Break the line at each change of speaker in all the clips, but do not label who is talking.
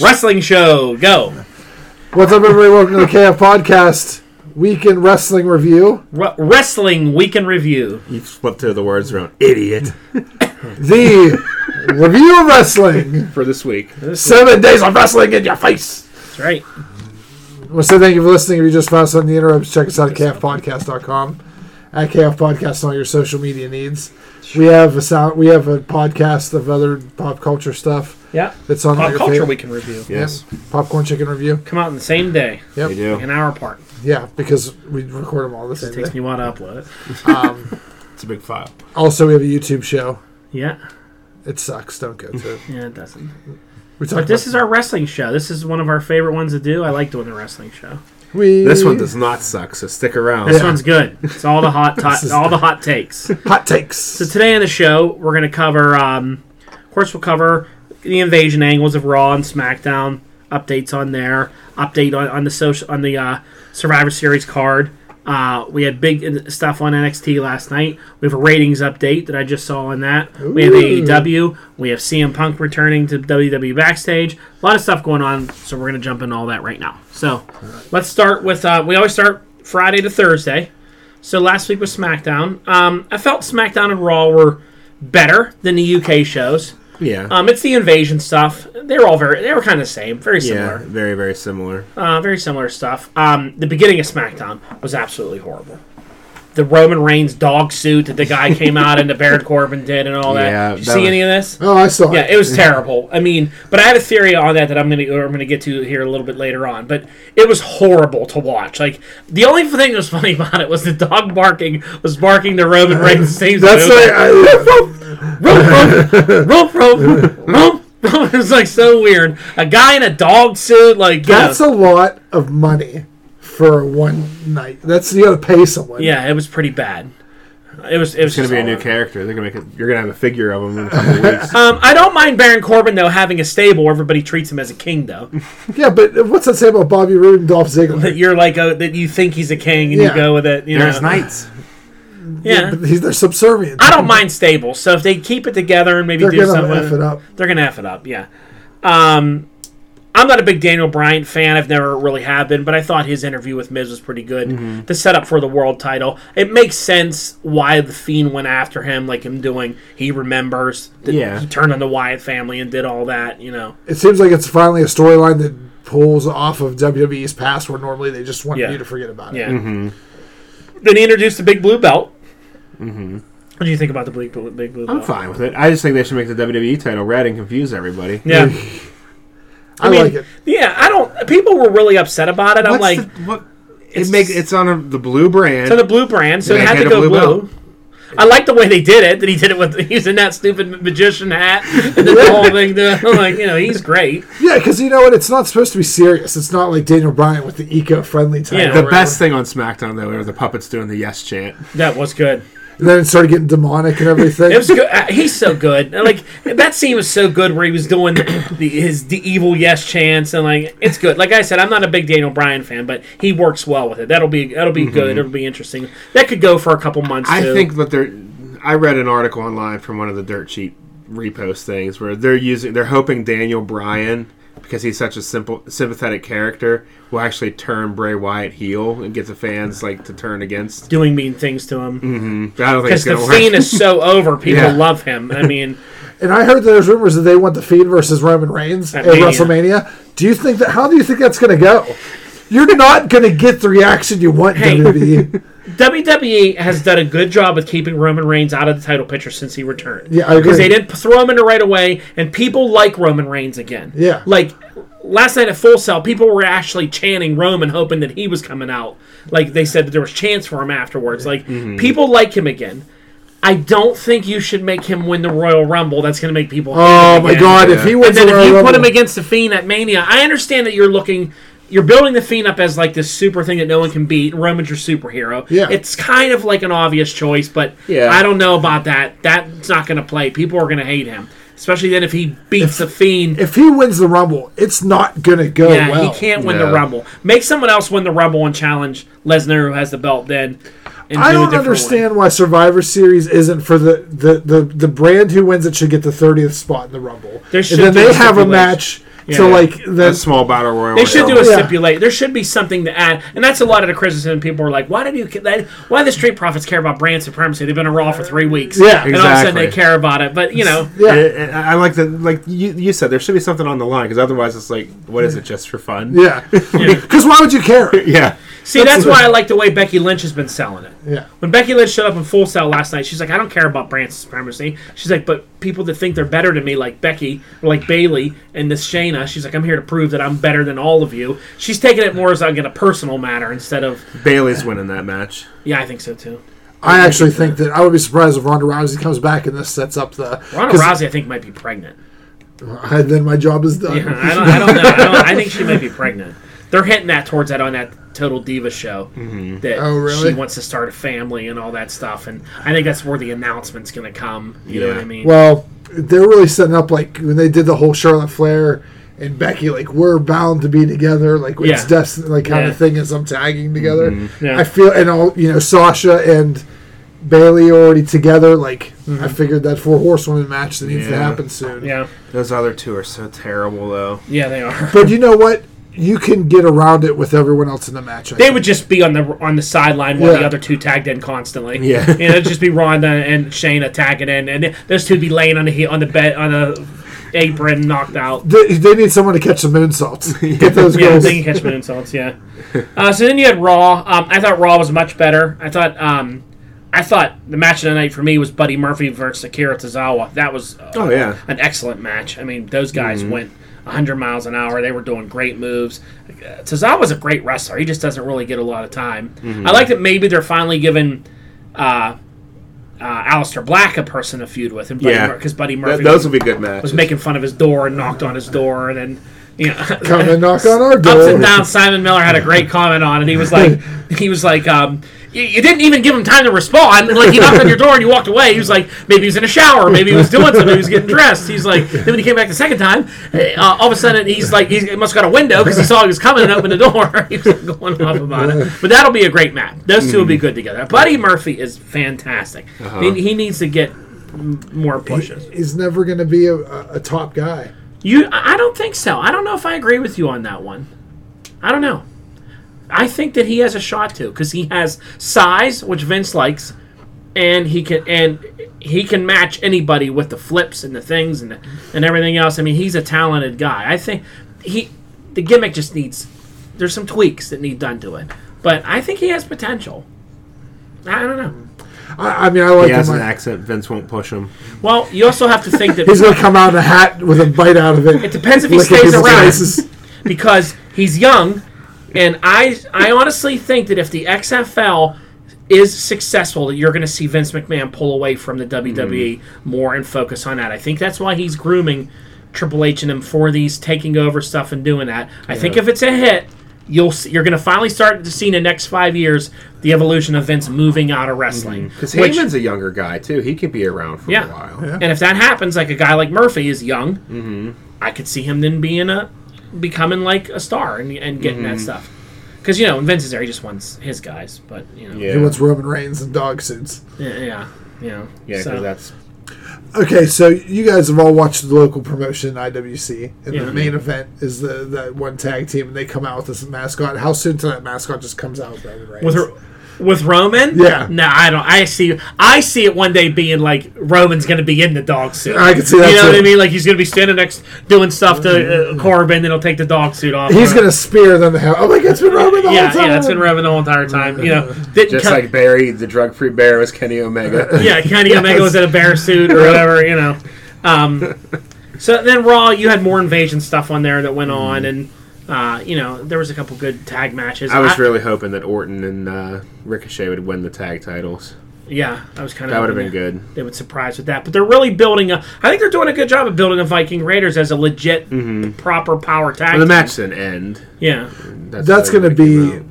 wrestling show. Go.
What's up, everybody? Welcome to the KF Podcast Weekend Wrestling Review.
Re- wrestling Week in Review.
You flipped through the words around. Idiot.
The review of wrestling.
For this week.
Seven days of wrestling in your face.
That's right.
I want to say thank you for listening. If you just found us on the interwebs, check us out at kfpodcast.com, at KF Podcast on all your social media needs. We have a sound. We have a podcast of other pop culture stuff
Yeah.
that's on all
Pop
your
culture
favorite-
Week in Review.
Yes.
popcorn chicken review.
Come out in the same day,
Yep.
You do.
an hour apart.
Yeah, because we record them all the
It
same
takes
day.
me a while to upload it.
Um,
It's a big file.
also, we have a YouTube show.
Yeah.
It sucks. Don't go to it.
Yeah, it doesn't.
We talked.
But this
about-
is our wrestling show. This is one of our favorite ones to do. I like doing the wrestling show.
we
This one does not suck, so stick around.
This one's good. It's all the hot,
This is-
all the hot takes.
hot takes.
So today on the show, we're going to cover, um, of course, we'll cover the invasion angles of Raw and SmackDown, updates on there, update on, on the social on the uh, Survivor Series card. Uh, we had big in- stuff on NXT last night. We have a ratings update that I just saw on that. We have
Ooh.
AEW. We have CM Punk returning to WWE backstage. A lot of stuff going on, so we're going to jump into all that right now. So let's start with. Uh, we always start Friday to Thursday. So last week was SmackDown. Um, I felt SmackDown and Raw were better than the UK shows.
Yeah.
Um, it's the invasion stuff. They're all very. They were kind of the same. Very
yeah.
similar.
Very, very similar.
Uh, very similar stuff. Um, the beginning of SmackDown was absolutely horrible. The Roman Reigns dog suit that the guy came out in, the Baron Corbin did, and all that.
Yeah,
Did you
that
see
was-
any of this?
Oh, I saw
Yeah,
it.
it was terrible. I mean, but I had a theory on that that I'm gonna or I'm gonna get to here a little bit later on. But it was horrible to watch. Like the only thing that was funny about it was the dog barking was barking the Roman Reigns. Same
That's like, I,
rope, rope, rope. it was like so weird. A guy in a dog suit, like you
that's
know.
a lot of money for one night. That's you got to pay someone.
yeah, it was pretty bad. It was. It was
It's gonna
just
be a
all
new
over.
character. They're gonna make it. You're gonna have a figure of him in a couple of weeks.
Um, I don't mind Baron Corbin though having a stable. where Everybody treats him as a king though.
yeah, but what's that say about Bobby Roode and Dolph
That
Ziggler?
you're like a, that you think he's a king and
Yeah.
you go with it. You
There's
know.
knights.
Yeah.
He's they're subservient.
I don't mind stables, so if they keep it together and maybe
They're
do
gonna
something,
f it up.
they're gonna f it up. Yeah. Um, I'm not a big Daniel Bryan fan. I've never really have been, but I thought his interview with Miz was pretty good. The setup for the world title. It makes sense why the Fiend went after him, like him doing. He remembers. That
Yeah.
He turned on the Wyatt family and did all that. You know.
It seems like it's finally a storyline that pulls off of WWE's past, where normally they just want
Yeah.
you to forget about it.
Yeah. Then he introduced the big blue belt. Mm-hmm. What do you think about the big blue, big blue belt?
I'm fine with it. I just think they should make the WWE title red and confuse everybody.
Yeah.
I,
mean,
like it.
Yeah, I don't. People were really upset about it. I'm
What's
like,
the- what?
it's-
It makes it's on a, the blue brand.
so the blue brand, so it
They
had to
had a
go blue.
blue belt.
I like the way they did it. That he did it with using that stupid magician hat and the whole thing. To, like, you know, he's great.
Yeah, because you know what? It's not supposed to be serious. It's not like Daniel Bryan with the eco-friendly title.
Yeah.
The best thing on SmackDown though were the puppets doing the yes chant.
That was good.
And then it started getting demonic and everything.
It was good. Uh, he's so good. And, Like that scene was so good where he was doing the, his the evil yes chance and like it's good. Like I said, I'm not a big Daniel Bryan fan, but he works well with it. That'll be that'll be good. It'll be interesting. That could go for a couple months.
Mm-hmm. I
too.
think that they're. I read an article online from one of the dirt sheet repost things where they're using. They're hoping Daniel Bryan, because he's such a simple, sympathetic character, will actually turn Bray Wyatt heel and get the fans like to turn against.
doing mean things to him.
But I don't think
Because
it's
the
gonna work.
Fiend is so over, people
Mm, Yeah.
love him. I mean,
And I heard there's rumors that they want the Fiend versus Roman Reigns at,
At Mania.
WrestleMania. Do you think that? How do you think that's going to go? You're not going to get the reaction you want, E.
Hey.
WWE.
WWE E has done a good job with keeping Roman Reigns out of the title picture since he returned.
Yeah, I agree.
Because they didn't throw him in it right away, and people like Roman Reigns again.
Yeah.
Like last night at Full Cell, people were actually chanting Roman, hoping that he was coming out. Like they said that there was chance for him afterwards. Like people like him again. I don't think you should make him win the Royal Rumble. That's going to make people. hate
Oh
him
my
again.
God! If he
And
wins
then
the
if you
Royal
put him
Rumble-
against the Fiend at Mania, I understand that you're looking, you're building the Fiend up as like this super thing that no one can beat. Roman's your superhero.
Yeah.
it's kind of like an obvious choice, but
Yeah.
I don't know about that. That's not going to play. People are going to hate him, especially then if he beats the Fiend.
if he wins the Rumble, it's not going to go
yeah,
well.
he can't win the
No.
Rumble. Make someone else win the Rumble and challenge Lesnar, who has the belt. Then, and
I
do a
don't
different one.
understand why Survivor Series isn't for the, the, the, the brand who wins it should get the 30th spot in the Rumble.
There
and
should
then
be
they
a
have a
stipulation.
match so
Yeah.
like
a
that's
small battle royal.
They should do a
Yeah.
stipulate. There should be something to add, and that's a lot of the criticism. People are like, "Why did you? That, why do the street profits care about brand supremacy? They've been on Raw for three weeks,
Yeah.
and all of a sudden
Exactly.
they care about it." But you know,
yeah.
And- and I like that. Like you, you said, there should be something on the line because otherwise, it's like, what is it? Just for fun?
yeah, because why would you care?
Yeah.
see, that's why I like the way Becky Lynch has been selling it.
Yeah,
When Becky Lynch showed up in Full Sail last night, she's like, "I don't care about brand supremacy." She's like, "But people that think they're better than me, like Becky or like Bailey and this Shayna, she's like, I'm here to prove that I'm better than all of you." She's taking it more as like in a personal matter instead of,
Bailey's winning that match.
"Yeah, I think so too."
I actually think that I would be surprised if Ronda Rousey comes back and this sets up the.
Ronda
'cause
Rousey, I think, might be pregnant.
I- then my job is done.
Yeah, I don't, I don't know. I, don't, I think she might be pregnant. They're hinting that towards that on that Total Diva show
Mm-hmm.
that
Oh, really?
she wants to start a family and all that stuff, and I think that's where the announcement's going to come. You know what I
Yeah.
mean?
Well, they're really setting up like when they did the whole Charlotte Flair and Becky, like we're bound to be together, like it's
Yeah.
destined, like kind
Yeah. Mm-hmm.
of thing. As I'm tagging together,
Yeah.
I feel and all you know Sasha and Bailey already together. Like I figured that four horsewomen match that needs to
Yeah.
happen soon.
Mm-hmm. yeah,
Those other two are so terrible, though.
yeah, they are.
But you know what? You can get around it with everyone else in the match. I
They
think.
would just be on the on the sideline while the
Yeah.
other two tagged in constantly.
Yeah.
and it'd just be Ronda and Shayna tagging in, and those two be laying on the he- on the bed on the apron, knocked out.
They, they need someone to catch some moonsaults. Get those
Yeah,
girls.
they can catch moon salts. Yeah. Uh, so then you had Raw. Um, I thought Raw was much better. I thought um, I thought the match of the night for me was Buddy Murphy versus Akira Tozawa. That was uh,
Oh yeah.
an excellent match. I mean, those guys went went 100 miles an hour. They were doing great moves. Uh, Tozawa's a great wrestler. He just doesn't really get a lot of time. I like that maybe they're finally giving. Uh, uh, Alistair Black, a person to feud with, and Buddy
Yeah.
because Buddy
Th-
Murphy
those will be good matches.
was making fun of his door and knocked on his door, and then you know,
Come and knock on our door.
ups and downs. Simon Miller had a great comment on, it. he was like, he was like, um, you, you didn't even give him time to respond. Like he knocked on your door and you walked away. He was like, maybe he was in a shower, maybe he was doing something, he was getting dressed. He's like, then when he came back the second time, uh, all of a sudden he's like, he's, he must have got a window because he saw he was coming and opened the door. he was going off about it. But that'll be a great match. Those two will be good together. Buddy Murphy is fantastic. He, he needs to get m- more pushes.
He's never going to be a, a, a top guy.
You, I I don't think so. I don't know if I agree with you on that one. I don't know. I think that he has a shot to because he has size, which Vince likes, and he can and he can match anybody with the flips and the things and and everything else. I mean, he's a talented guy. I think he the gimmick just needs there's some tweaks that need done to it, but I think he has potential. I don't know.
I, I mean, I like
he has
him.
an
I-
accent. Vince won't push him.
Well, you also have to think that
He's going to come out of the hat with a bite out of it. It
depends if he stays around. because he's young, and I I honestly think that if the XFL is successful, that you're going to see Vince McMahon pull away from the WWE more and focus on that. I think that's why he's grooming Triple H and him for these taking over stuff and doing that. I think if it's a hit. You'll see, you're going to finally start to see in the next five years the evolution of Vince moving out of wrestling.
Because
which-
Mm-hmm. Heyman's a younger guy too. He could be around for
Yeah.
a while.
and if that happens, like a guy like Murphy is young,
Mm-hmm.
I could see him then being a becoming like a star and, and getting that
Mm-hmm.
stuff. Because you know, when Vince is there, he just wants his guys. But you know,
He wants Roman Reigns and dog suits.
yeah, yeah, you know,
Yeah, 'cause
so-
that's
Okay, so you guys have all watched the local promotion IWC, and
Yeah.
the main event is the that one tag team, and they come out with this mascot. How soon till that mascot just comes out with Roman Reigns?
with her. With Roman,
Yeah.
no, I don't. I see, I see it one day being like Roman's going to be in the dog suit.
I can see that
You know what
too. Mm-hmm.
I mean? Like he's going to be standing next, doing stuff to uh, Corbin, then he'll take the dog suit off.
He's gonna spear them. to hell. Oh my God, it's been Roman the
Uh, yeah,
whole time. Mm-hmm.
yeah, that's been Roman the whole entire time. You know, didn't
just
come-
like Barry, the drug-free bear, was Kenny Omega.
yeah, Kenny Omega was in a bear suit or whatever, you know. Um, so then Raw, you had more invasion stuff on there that went on, and uh, you know there was a couple good tag matches.
Mm-hmm. I was really hoping that Orton and uh, Ricochet would win the tag titles.
yeah, I was kind of
That would have been good.
They would surprise with that, but they're really building a. I think they're doing a good job of building the Viking Raiders as a legit, proper power tag.
But
team.
Mm-hmm. the match didn't end.
yeah,
That's
what
gonna
they came
be
out.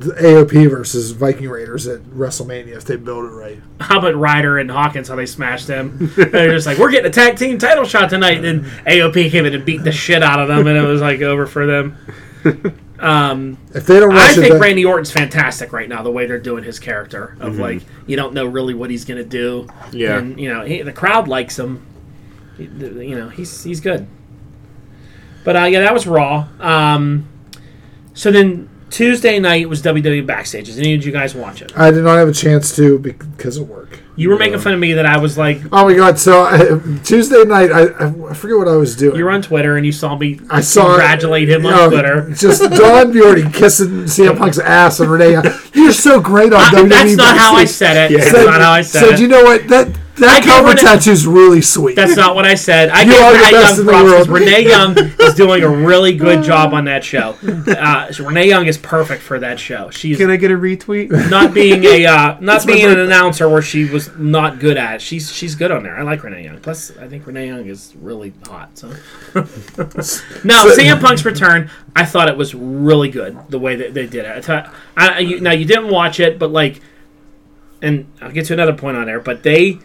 the AOP versus Viking Raiders at WrestleMania if they build it right.
how about Ryder and Hawkins? How they smashed them? they're just like, we're getting a tag team title shot tonight, and AOP came in and beat the shit out of them, and it was like over for them.
If they don't rush
I
it,
think
then-
Randy Orton's fantastic right now. The way they're doing his character
Mm-hmm.
of like you don't know really what he's gonna do.
Yeah.
and you know he, the crowd likes him. He- the- You know he's he's good. But uh, yeah, that was Raw. Um, so then Tuesday night was WWE Backstage. Did any of you guys watch it?
I did not have a chance to because of work.
You were making fun of me that I was like,
Oh my god! So I, Tuesday night, I, I- I forget what I was doing.
you were on Twitter and you saw me
I saw Oh.
congratulate him on
you know,
Twitter.
Just Don Bjordy kissing CM Punk's ass and Renee. You're so great on
I-
WWE.
Uh, that's not how I
backstage."
said it.
Yeah.
That's
So-
not how I said
So
it.
do you know what that
I
that
gave
cover
Renee-
tattoo's really sweet.
That's not what I said. I
You
give
are the
Renee
best
Young
in the
props 'cause
world.
Renee Young is doing a really good job on that show. Uh, so Renee Young is perfect for that show. She's
Can I get a retweet?
not being a uh, not
my
being an
birthday.
announcer where she was not good at. She's she's good on there. I like Renee Young. Plus, I think Renee Young is really hot. So no,
So-
CM Punk's return. I thought it was really good the way that they did it. I thought, I, you, now you didn't watch it, but like, and I'll get to another point on there. But they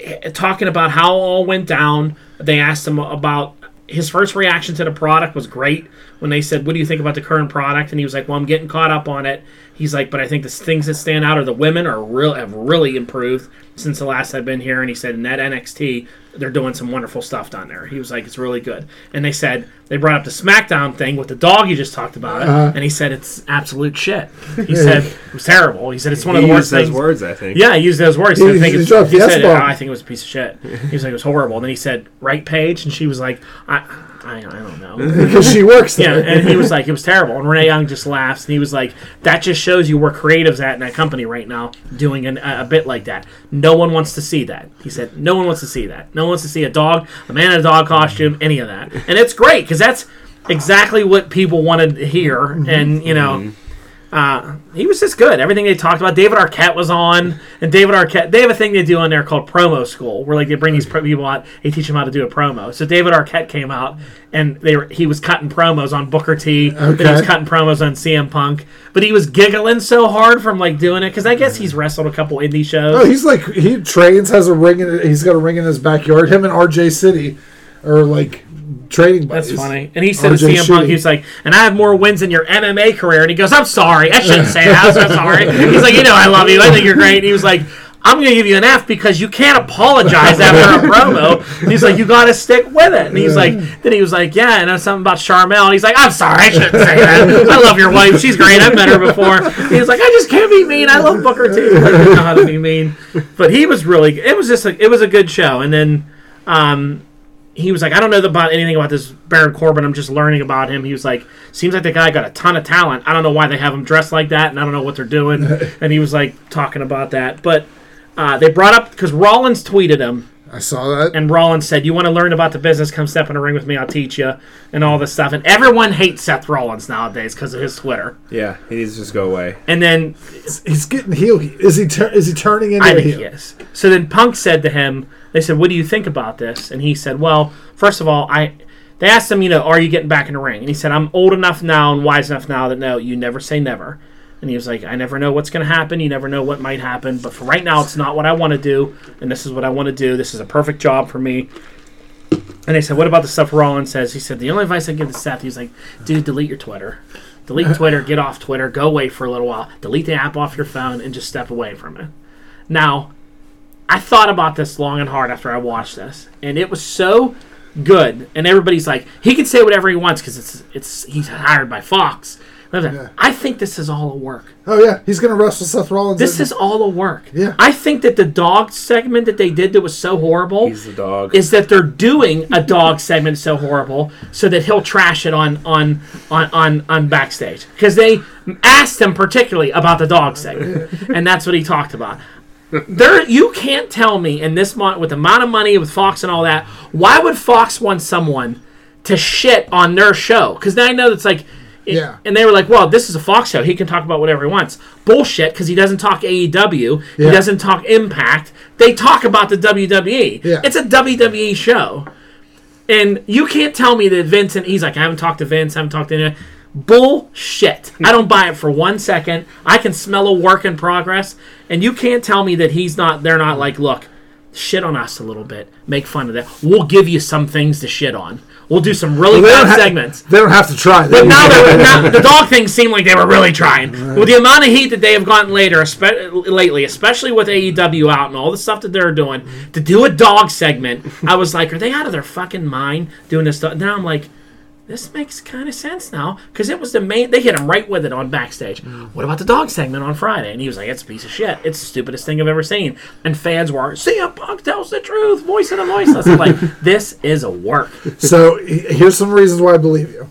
eh, talking about how all went down. They asked him about his first reaction to the product was great when they said, "What do you think about the current product?" And he was like, "Well, I'm getting caught up on it." He's like, "But I think the things that stand out are the women are real have really improved since the last I've been here." And he said, "In that NXT, they're doing some wonderful stuff down there." He was like, "It's really good." And they said they brought up the SmackDown thing with the dog you just talked about, it, and he said it's absolute shit. He said it was terrible. He said it's one of
he
the worst
used those
things.
words, I think.
Yeah, he used those words.
He-
I think
he
it's-
dropped
he
the
said,
S-bomb.
"Oh, I think it was a piece of shit. He was like, it was horrible. And then he said, right, Paige? And she was like, I, I, I don't know.
because she works
yeah,
there.
and he was like, it was terrible. And Renee Young just laughs. And he was like, that just shows you where creative's at in that company right now, doing an, a, a bit like that. No one wants to see that. He said, no one wants to see that. No one wants to see a dog, a man in a dog costume, any of that. And it's great because that's exactly what people wanted to hear. And, you know he was just good. Everything they talked about, David Arquette was on, and David Arquette. They have a thing they do on there called promo school, where like they bring these pro- people out, they teach them how to do a promo. So David Arquette came out, and they were he was cutting promos on Booker T, and he was
Okay.
cutting promos on CM Punk, but he was giggling so hard from like doing it because I guess he's wrestled a couple indie shows.
Oh, he's like he trains, has a ring, in, he's got a ring in his backyard. Him and RJ City are like training buddies.
That's funny. And he said to
RJ
CM Punk,
Shitty.
he's like, and I have more wins than your MMA career. And he goes, I'm sorry. I shouldn't say that. I'm so sorry. He's like, you know, I love you. I think you're great. And he was like, I'm going to give you an F because you can't apologize after a promo. And he's like, you got to stick with it. And he's like, then he was like, yeah, and I was something about Charmel. And he's like, I'm sorry. I shouldn't say that. I love your wife. She's great. I've met her before. And he was like, I just can't be mean. I love Booker T. Like, I don't know how to be mean. But he was really, it was just, a, it was a good show. And then, um, he was like, I don't know about anything about this Baron Corbin. I'm just learning about him. He was like, seems like the guy got a ton of talent. I don't know why they have him dressed like that, and I don't know what they're doing. and he was like talking about that, but uh, they brought up because Rollins tweeted him,
I saw that.
and Rollins said, "You want to learn about the business? Come step in a ring with me. I'll teach you," and all this stuff. And everyone hates Seth Rollins nowadays because of his Twitter.
Yeah, he needs to just go away.
And then
he's getting heel. Is he? Tur- is he turning into
I
a
think
heel?
he is. So then Punk said to him, they said, "What do you think about this?" And he said, "Well, first of all, I." They asked him, you know, are you getting back in the ring? And he said, I'm old enough now and wise enough now that no, you never say never. And he was like, I never know what's going to happen. You never know what might happen. But for right now, it's not what I want to do. And this is what I want to do. This is a perfect job for me. And they said, "What about the stuff Rollins says?" He said, "The only advice I give to Seth, he's like, dude, delete your Twitter, delete Twitter, get off Twitter, go away for a little while, delete the app off your phone, and just step away from it." Now, I thought about this long and hard after I watched this, and it was so good. And everybody's like, he can say whatever he wants because it's it's he's hired by Fox. And I was like, I think this is all a work.
Oh yeah, he's gonna wrestle Seth Rollins.
This
in-
is all a work.
Yeah.
I think that the dog segment that they did that was so horrible
He's the dog.
is that they're doing a dog segment so horrible so that he'll trash it on on on on, on backstage because they asked him particularly about the dog segment and that's what he talked about there you can't tell me in this month with the amount of money with fox and all that why would fox want someone to shit on their show because i know that's like it-
Yeah.
and they were like well this is a fox show he can talk about whatever he wants bullshit because he doesn't talk aew he
Yeah.
doesn't talk impact they talk about the E. wwe
Yeah.
it's a WWE show. And you can't tell me that Vince and he's like, I haven't talked to Vince, I haven't talked to anyone. Bullshit. I don't buy it for one second. I can smell a work in progress. And you can't tell me that he's not, they're not like, look, shit on us a little bit. Make fun of that. We'll give you some things to shit on. We'll do some really
Well, they
bad
don't ha-
segments.
They don't have to try. They
But now
usually-
they're now the dog thing seemed like they were really trying. With the amount of heat that they have gotten later, espe- lately, especially with AEW out and all the stuff that they're doing, to do a dog segment, I was like, are they out of their fucking mind doing this stuff? Now I'm like, this makes kind of sense now because it was the main. They hit him right with it on backstage. What about the dog segment on Friday? And he was like, "It's a piece of shit. It's the stupidest thing I've ever seen." And fans were, "CM Punk tells the truth, voice of the voiceless." I'm like, this is a work.
So he- here's some reasons why I believe you.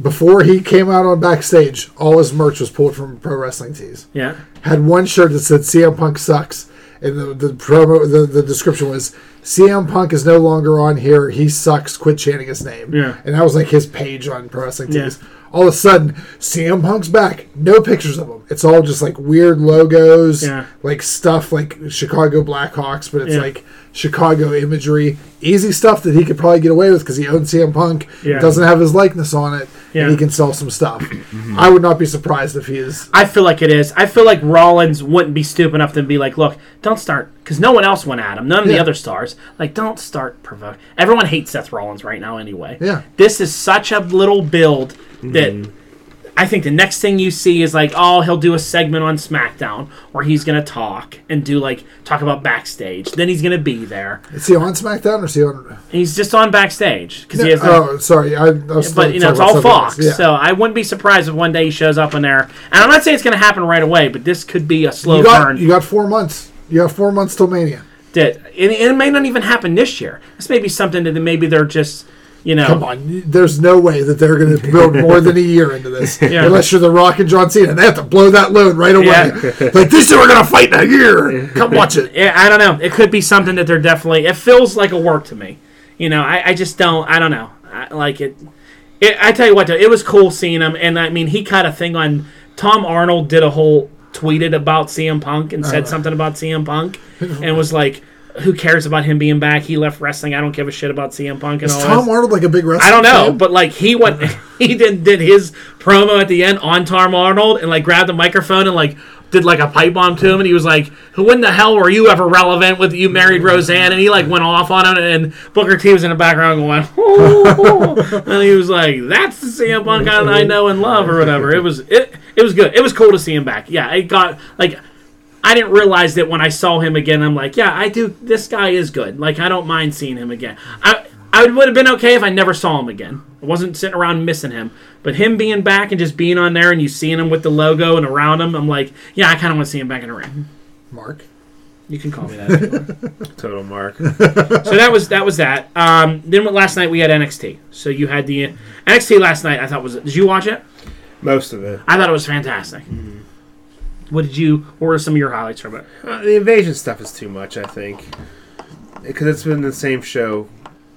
Before he came out on backstage, all his merch was pulled from pro wrestling tees.
Yeah,
Had one shirt that said CM Punk sucks, and the, the promo the, the description was CM Punk is no longer on here. He sucks. Quit chanting his name.
Yeah.
and that was like his page on pro wrestling
Yeah.
tees. All of a sudden, CM Punk's back. No pictures of him. It's all just like weird logos,
Yeah.
like stuff like Chicago Blackhawks, but it's
Yeah.
like Chicago imagery, easy stuff that he could probably get away with because he owns CM Punk,
Yeah.
doesn't have his likeness on it,
Yeah.
and he can sell some stuff. I would not be surprised if he is.
I feel like it is. I feel like Rollins wouldn't be stupid enough to be like, "Look, don't start," because no one else went at him. None of the
Yeah.
other stars. Like, don't start provoke. Everyone hates Seth Rollins right now, anyway.
Yeah. Mm-hmm.
This is such a little build that I think the next thing you see is like, oh, he'll do a segment on SmackDown where he's gonna talk and do like talk about backstage. Then he's gonna be there.
Is he on SmackDown or is he on?
He's just on backstage because he has. no-
oh, sorry, I, I was.
but you know,
talking
it's
about
all
something else.
Fox, so I wouldn't be surprised if one day he shows up in there. And I'm not saying it's going to happen right away, but this could be a slow
you got
burn.
you got four months. You got four months till Mania.
that and, and it may not even happen this year. This may be something that maybe they're just, you know,
Come on, there's no way that they're going to build more than a year into this,
Yeah.
unless you're The Rock and John Cena. They have to blow that load right away.
Yeah.
Like these two are going to fight in a year. Come watch it.
Yeah, I don't know. It could be something that they're definitely. It feels like a work to me. You know, I, I just don't. I don't know. I, like it, it. I tell you what, though, it was cool seeing him, and I mean, he caught a thing on. Tom Arnold did a whole tweeted about CM Punk and
Uh-huh.
said something about CM Punk, and was like, "Who cares about him being back? He left wrestling. I don't give a shit about CM Punk." And all this.
Tom Arnold like a big wrestler.
I don't know, but like he went, he did did his promo at the end on Tom Arnold and like grabbed the microphone and like did like a pipe bomb to him, and he was like, "When the hell were you ever relevant with you married Roseanne?" And he like went off on him, and Booker T was in the background going, "Oh," and he was like, "That's the CM Punk I I know and love or whatever." It was it it was good. It was cool to see him back. Yeah, it got like. I didn't realize that when I saw him again. I'm like, yeah, I do. This guy is good. Like, I don't mind seeing him again. I I would have been okay if I never saw him again. I wasn't sitting around missing him. But him being back and just being on there and you seeing him with the logo and around him, I'm like, yeah, I kind of want to see him back in the ring.
Mark.
You can call me that. if you want.
Total mark.
so that was that was that. Um, then last night we had NXT. So you had the NXT last night. I thought was did you watch it?
Most of it.
I thought it was fantastic. What did you? What were some of your highlights from it?
Uh, the invasion stuff is too much, I think, because it's been the same show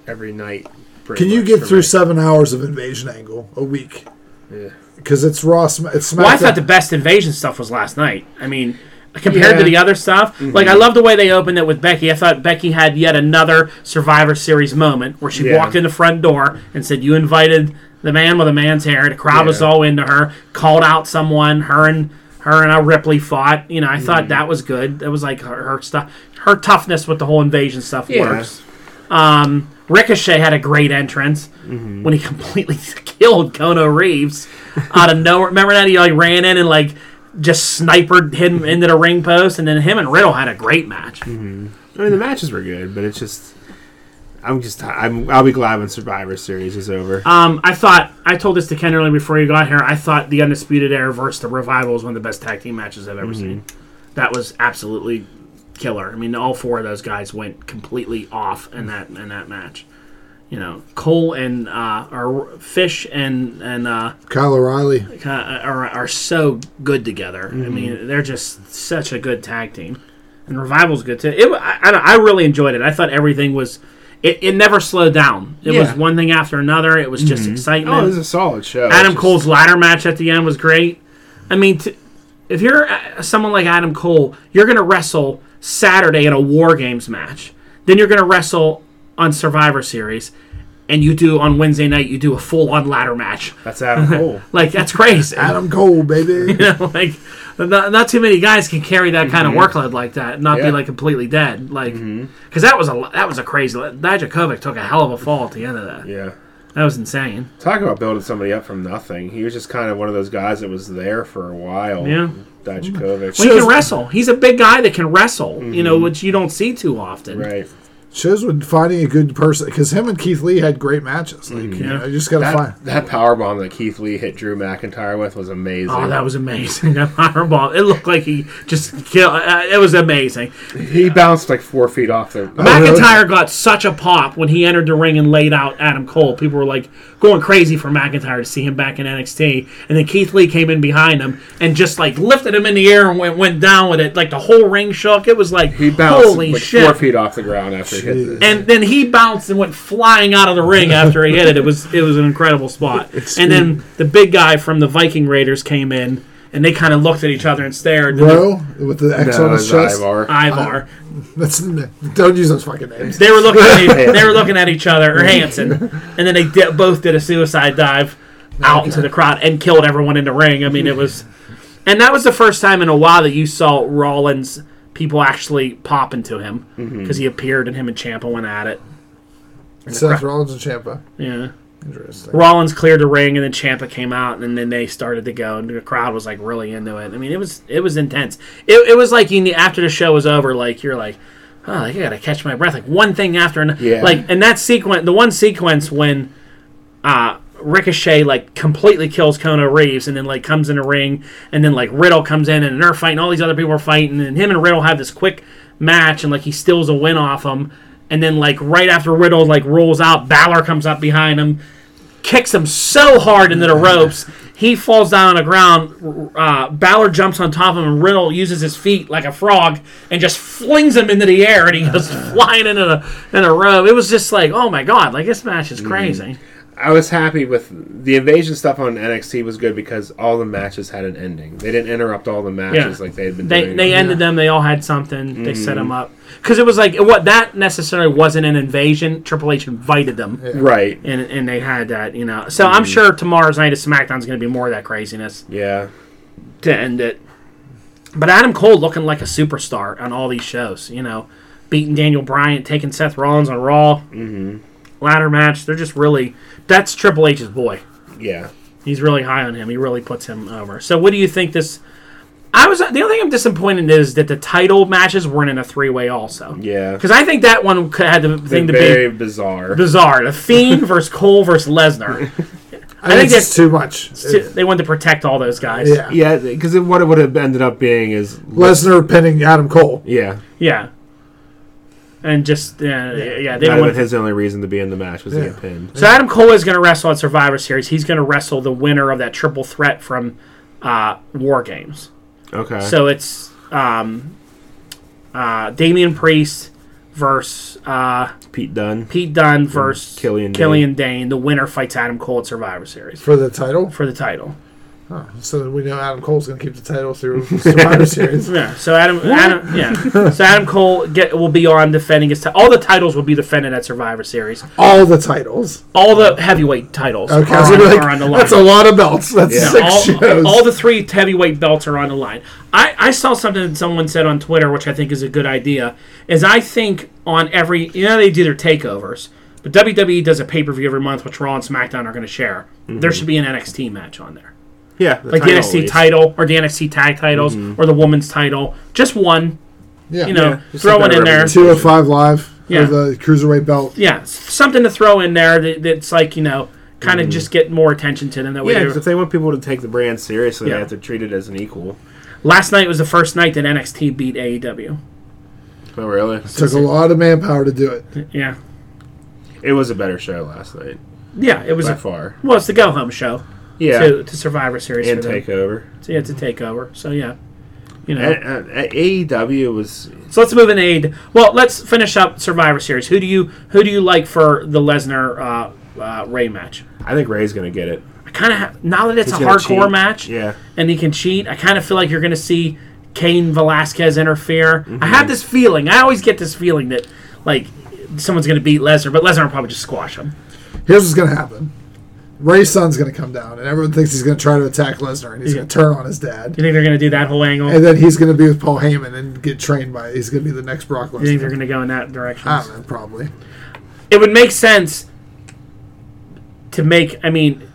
every night. pretty
Can you
much
get
for
through
me.
seven hours of Invasion Angle a week?
Yeah.
Because it's Raw. Sm- It's SmackDown.
Well, I thought the best invasion stuff was last night. I mean, compared to
Yeah. Mm-hmm.
the other stuff, like I love the way they opened it with Becky. I thought Becky had yet another Survivor Series moment where she
Yeah.
walked in the front door and said, "You invited the man with a man's hair." The crowd was
Yeah.
all into her. Called out someone. Her and her and uh, Ripley fought. You know, I thought
Mm.
that was good. That was like her, her stuff. Her toughness with the whole invasion stuff
Yeah.
works. Um, Ricochet had a great entrance when he completely killed Kono Reeves out of nowhere. Remember that he like ran in and like just snipered him into the ring post, and then him and Riddle had a great match.
I mean, the matches were good, but it's just. I'm just. I'm. I'll be glad when Survivor Series is over.
Um, I thought I told this to Ken earlier before you got here. I thought the Undisputed Era versus the Revival was one of the best tag team matches I've ever seen. That was absolutely killer. I mean, all four of those guys went completely off in that in that match. You know, Cole and uh, or Fish and and uh,
Kyle O'Reilly.
kinda are, are so good together. I
Mm-hmm.
mean, they're just such a good tag team, and Revival's good too. It, wa- I, I don't- I really enjoyed it. I thought everything was. It, it never slowed down. It was
Yeah.
one thing after another. It was just excitement.
oh, this is a solid show.
Adam
It's just-
Cole's ladder match at the end was great. I mean, t- if you're uh, someone like Adam Cole, you're going to wrestle Saturday in a War Games match. Then you're going to wrestle on Survivor Series, and you do on Wednesday night. You do a full on ladder match.
That's Adam Cole.
Like that's crazy.
Adam Cole, baby.
You know, like not, not too many guys can carry that kind of workload like that and not be
Mm-hmm. Yeah. Mm-hmm.
like completely dead like because that was a that was a crazy Dijakovic took a hell of a fall at the end of that
yeah.
That was insane.
Talk about building somebody up from nothing. He was just kind of one of those guys that was there for a while.
Yeah. Well,
Dijakovic.
he
Shows-
can wrestle. He's a big guy that can wrestle. You know, which you don't see too often.
Mm-hmm. Right.
Shows when finding a good person because him and Keith Lee had great matches. Like
Mm-hmm.
you, know, you just gotta find.
That, that power bomb that Keith Lee hit Drew McIntyre with was amazing.
Oh, that was amazing. That fireball. It looked like he just killed. Uh, it was amazing.
he bounced like four feet off the.
really?
McIntyre got such a pop when he entered the ring and laid out Adam Cole. People were like going crazy for McIntyre to see him back in NXT. And then Keith Lee came in behind him and just like lifted him in the air and went, went down with it. Like the whole ring shook. It was like
He bounced
holy
like
shit.
four feet off the ground after he hit this.
and then he bounced and went flying out of the ring after he hit it. It was it was an incredible spot. And then the big guy from the Viking Raiders came in and they kind of looked at each other and stared.
Bro, with the X on
No,
his
it's
chest.
Ivar.
Ivar.
That's don't use those fucking names.
They were looking. At each, they were looking at each other, or Hanson, and then they di- both did a suicide dive out into the crowd and killed everyone in the ring. I mean, it was, and that was the first time in a while that you saw Rollins people actually pop into him because he appeared and him and Champa went at it.
Seth Rollins and Champa.
Yeah,
Interesting.
Rollins cleared the ring, and then Champa came out, and then they started to go, and the crowd was like really into it. I mean, it was it was intense. It, it was like you knew, after the show was over, like you're like, oh, I gotta catch my breath, like one thing after another.
Yeah.
Like, and that sequence, the one sequence when uh, Ricochet like completely kills Kona Reeves, and then like comes in the ring, and then like Riddle comes in, and they're fighting. All these other people are fighting, and him and Riddle have this quick match, and like he steals a win off him. And then, like right after Riddle like rolls out, Balor comes up behind him, kicks him so hard into the ropes, he falls down on the ground. Uh, Balor jumps on top of him, and Riddle uses his feet like a frog and just flings him into the air, and he goes flying into the in a rope. It was just like, oh my god, like this match is crazy.
I was happy with the invasion stuff on NXT was good because all the matches had an ending. They didn't interrupt all the matches
Yeah.
like they had been
They
doing.
they ended them. They all had something. They set them up because it was like what that necessarily wasn't an invasion. Triple H invited them.
right.
And, and they had that, you know. So I'm sure tomorrow's night of SmackDown's going to be more of that craziness.
Yeah.
to end it. But Adam Cole looking like a superstar on all these shows, you know, beating Daniel Bryant, taking Seth Rollins on Raw, mm-hmm. ladder match. They're just really that's Triple H's boy.
Yeah.
He's really high on him. He really puts him over. So what do you think this? I was the only thing I'm disappointed is that the title matches weren't in a three way also.
Yeah.
because I think that one could- had the thing to be
Very bizarre.
bizarre. The Fiend versus Cole versus Lesnar.
I think
that's-
it's too much. It-
they wanted to protect all those guys.
yeah.
yeah, because what it would have ended up being is
Lesnar pinning Adam Cole.
yeah.
Yeah. And just uh, yeah, yeah, yeah, they
That
don't
would
want to.
his only reason to be in the match was to
Yeah.
get pinned.
So Adam Cole is going to wrestle at Survivor Series. He's going to wrestle the winner of that triple threat from uh, War Games.
Okay.
So it's um, uh, Damian Priest versus uh,
Pete Dunn.
Pete Dunne versus
Killian Dane.
Killian Dane. The winner fights Adam Cole at Survivor Series
For the title,
for the title.
so that we know Adam Cole's going to keep the title through Survivor Series.
Yeah. So Adam, Adam yeah. So Adam Cole get, will be on defending his. T- all the titles will be defended at Survivor Series.
All the titles.
all the heavyweight titles
Okay,
are,
so
on,
we're like,
are on the line.
that's a lot of belts. That's
Yeah.
six shows.
all, all the three heavyweight belts are on the line. I, I saw something that someone said on Twitter, which I think is a good idea. Is I think on every you know they do their takeovers, but WWE does a pay per view every month, which Raw and SmackDown are going to share. There should be an NXT match on there,
yeah.
like the NXT title or the NXT tag titles or the women's title, just one.
yeah.
You know,
Yeah, just
throw
like
one
that
in there.
representation.
205 Live
Yeah.
for the Cruiserweight belt.
Yeah, s- something to throw in there that, that's like you know, kind of just get more attention to them. That way,
Yeah,
they're-
'cause if they want people to take the brand seriously,
Yeah.
they have to treat it as an equal.
Last night was the first night that NXT beat E AEW.
Oh, really?
Took a lot of manpower to do it.
Yeah,
It was a better show last night
yeah, it was.
by
A,
far.
well, it's the go home show
Yeah.
to, to Survivor Series
and
for them.
takeover.
So, yeah, to take over. So yeah, you know.
At, at, at AEW E was
so let's move into AEW. Well, let's finish up Survivor Series. Who do you who do you like for the Lesnar uh, uh, Ray match?
I think Ray's gonna get it.
I kind of ha- now that it's
He's
a
gonna
hardcore
cheat.
match,
Yeah.
and he can cheat. I kind of feel like you're going to see Kane Velasquez interfere. I
Mm-hmm.
have this feeling. I always get this feeling that like someone's going to beat Lesnar, but Lesnar will probably just squash him.
Here's what's going to happen. Ray's son's going to come down, and everyone thinks he's going to try to attack Lesnar, and he's going to turn on his dad.
You think they're going to do that whole angle?
And then he's going to be with Paul Heyman and get trained by. He's going to be the next Brock
You think they're
Lesnar. Ah,
going to go in that direction?
I don't know, probably.
It would make sense to make. I mean,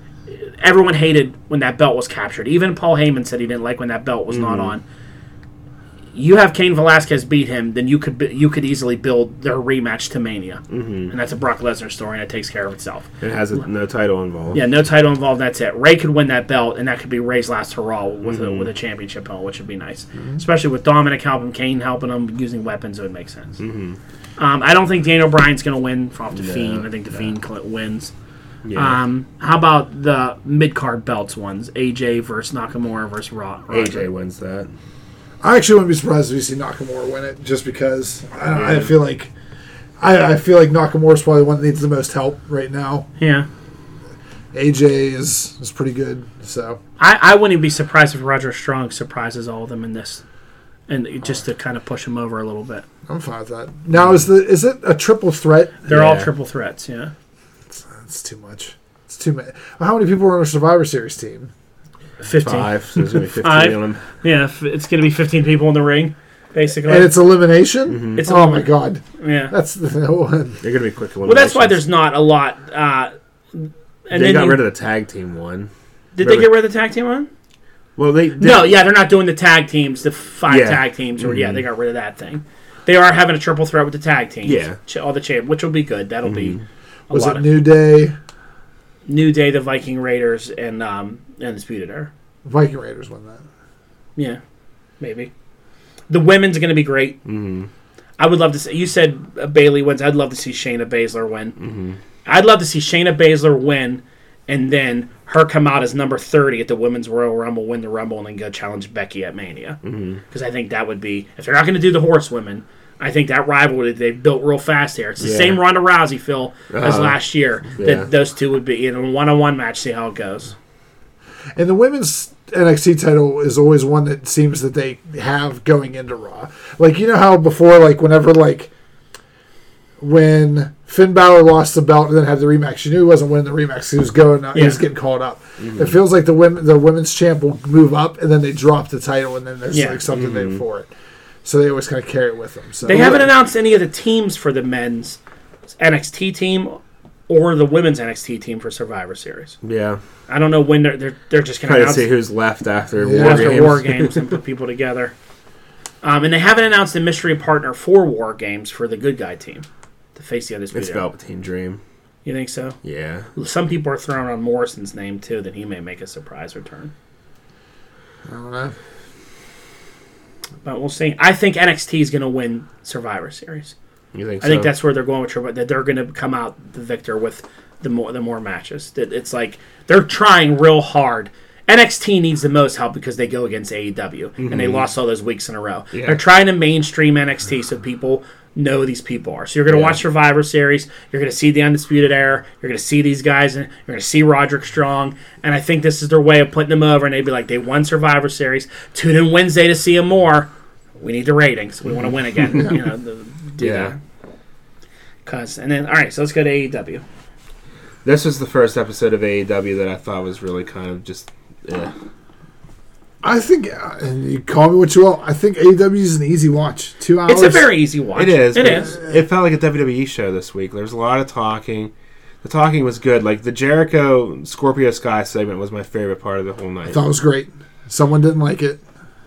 everyone hated when that belt was captured. Even Paul Heyman said he didn't like when that belt was not on. You have Kane Velasquez beat him, then you could bu- you could easily build their rematch to Mania, mm-hmm. and that's a Brock Lesnar story, and it takes care of itself.
It has a, no title involved.
Yeah, no title involved. That's it. Ray could win that belt, and that could be Ray's last hurrah with
Mm-hmm.
a, with a championship belt, which would be nice, especially with Dominic helping Kane helping him using weapons. It would make sense.
Mm-hmm.
Um, I don't think Daniel Bryan's going to win off the Fiend. I think the Fiend cl- wins.
Yeah.
Um, how about the mid card belts ones? AJ versus Nakamura versus Raw.
AJ wins that.
I actually wouldn't be surprised if we see Nakamura win it, just because I, don't, I feel like I, I feel like Nakamura's probably the one that needs the most help right now.
Yeah.
AJ is is pretty good, so
I, I wouldn't be surprised if Roger Strong surprises all of them in this, and it- just to kind of push them over a little bit.
I'm fine with that. Now is the is it a triple threat?
They're all
Yeah.
triple threats. Yeah.
That's too much. It's too many. How many people are on a Survivor Series team?
Fifteen.
Five. So there's gonna be fifteen
Five.
of them.
Yeah, f- it's going to be fifteen people in the ring, basically.
And it's elimination.
It's
oh
a-
my god,
yeah.
that's the one.
They're gonna be quick.
Well, that's why there's not a lot. Uh, and
They
then
got
you-
rid of the tag team one.
did they
remember-
get rid of the tag team one?
Well, they, they
No, yeah, they're not doing the tag teams, the five
Yeah.
tag teams. Or yeah, they got rid of that thing. They are having a triple threat with the tag teams.
Yeah. Mm-hmm.
Ch- all the champ, which will be good. That'll be a
Was
lot
it
of
New Day,
New Day, the Viking Raiders, and um, and Disputed Era.
Viking Raiders won that?
Yeah, maybe. The women's going to be great.
Mm-hmm.
I would love to see. You said uh, Bailey wins. I'd love to see Shayna Baszler win.
Mm-hmm.
I'd love to see Shayna Baszler win, and then her come out as number thirty at the Women's Royal Rumble, win the Rumble, and then go challenge Becky at Mania. Because
Mm-hmm.
I think that would be if they're not going to do the horsewomen. I think that rivalry that they've built real fast here. It's the
Yeah.
same Ronda Rousey feel as
Uh-huh.
last year.
Yeah.
That those two would be in a one-on-one match. See how it goes.
And the women's NXT title is always one that seems that they have going into Raw. Like you know how before, like whenever like when Finn Balor lost the belt and then had the rematch, you knew he wasn't winning the rematch. He was going, up he was
Yeah. Mm-hmm.
getting called up. It feels like the women, the women's champ will move up and then they drop the title and then there's
Yeah. Mm-hmm.
like something there for it. So they always kind of carry it with them. So
They haven't announced any of the teams for the men's NXT team or the women's NXT team for Survivor Series.
yeah.
I don't know when they're they're, they're just going to
Trying to
announce
see who's left after
Yeah.
War
after
Games.
War Games and put people together. Um, and they haven't announced a mystery partner for War Games for the Good Guy team to face the
It's
Undisputed. Era.
Velveteen Dream.
You think so?
Yeah.
Some people are throwing on Morrison's name too that he may make a surprise return.
I don't know.
But we'll see. I think NXT is going to win Survivor Series.
You think?
I think
so?
that's where they're going with Triple. That they're going to come out the victor with the more the more matches. That it's like they're trying real hard. NXT needs the most help because they go against AEW and they lost all those weeks in a row.
Mm-hmm. Yeah.
They're trying to mainstream NXT so people know who these people are. So you're going to
Yeah.
watch Survivor Series. You're going to see the Undisputed Era. You're going to see these guys and you're going to see Roderick Strong. And I think this is their way of putting them over. And they'd be like, they won Survivor Series. Tune in Wednesday to see them more. We need the ratings. We want to win again. you know, the, do
Yeah.
that. Cause and then all right, so let's go to E AEW.
This was the first episode of AEW that I thought was really kind of just. eh.
I think, uh, and you call me what you will. I think AEW is an easy watch. Two hours.
It's a very easy watch.
It is.
It
but
is.
It felt like a WWE show this week. There was a lot of talking. The talking was good. Like the Jericho Scorpio Sky segment was my favorite part of the whole night.
Thought it was great. Someone didn't like it.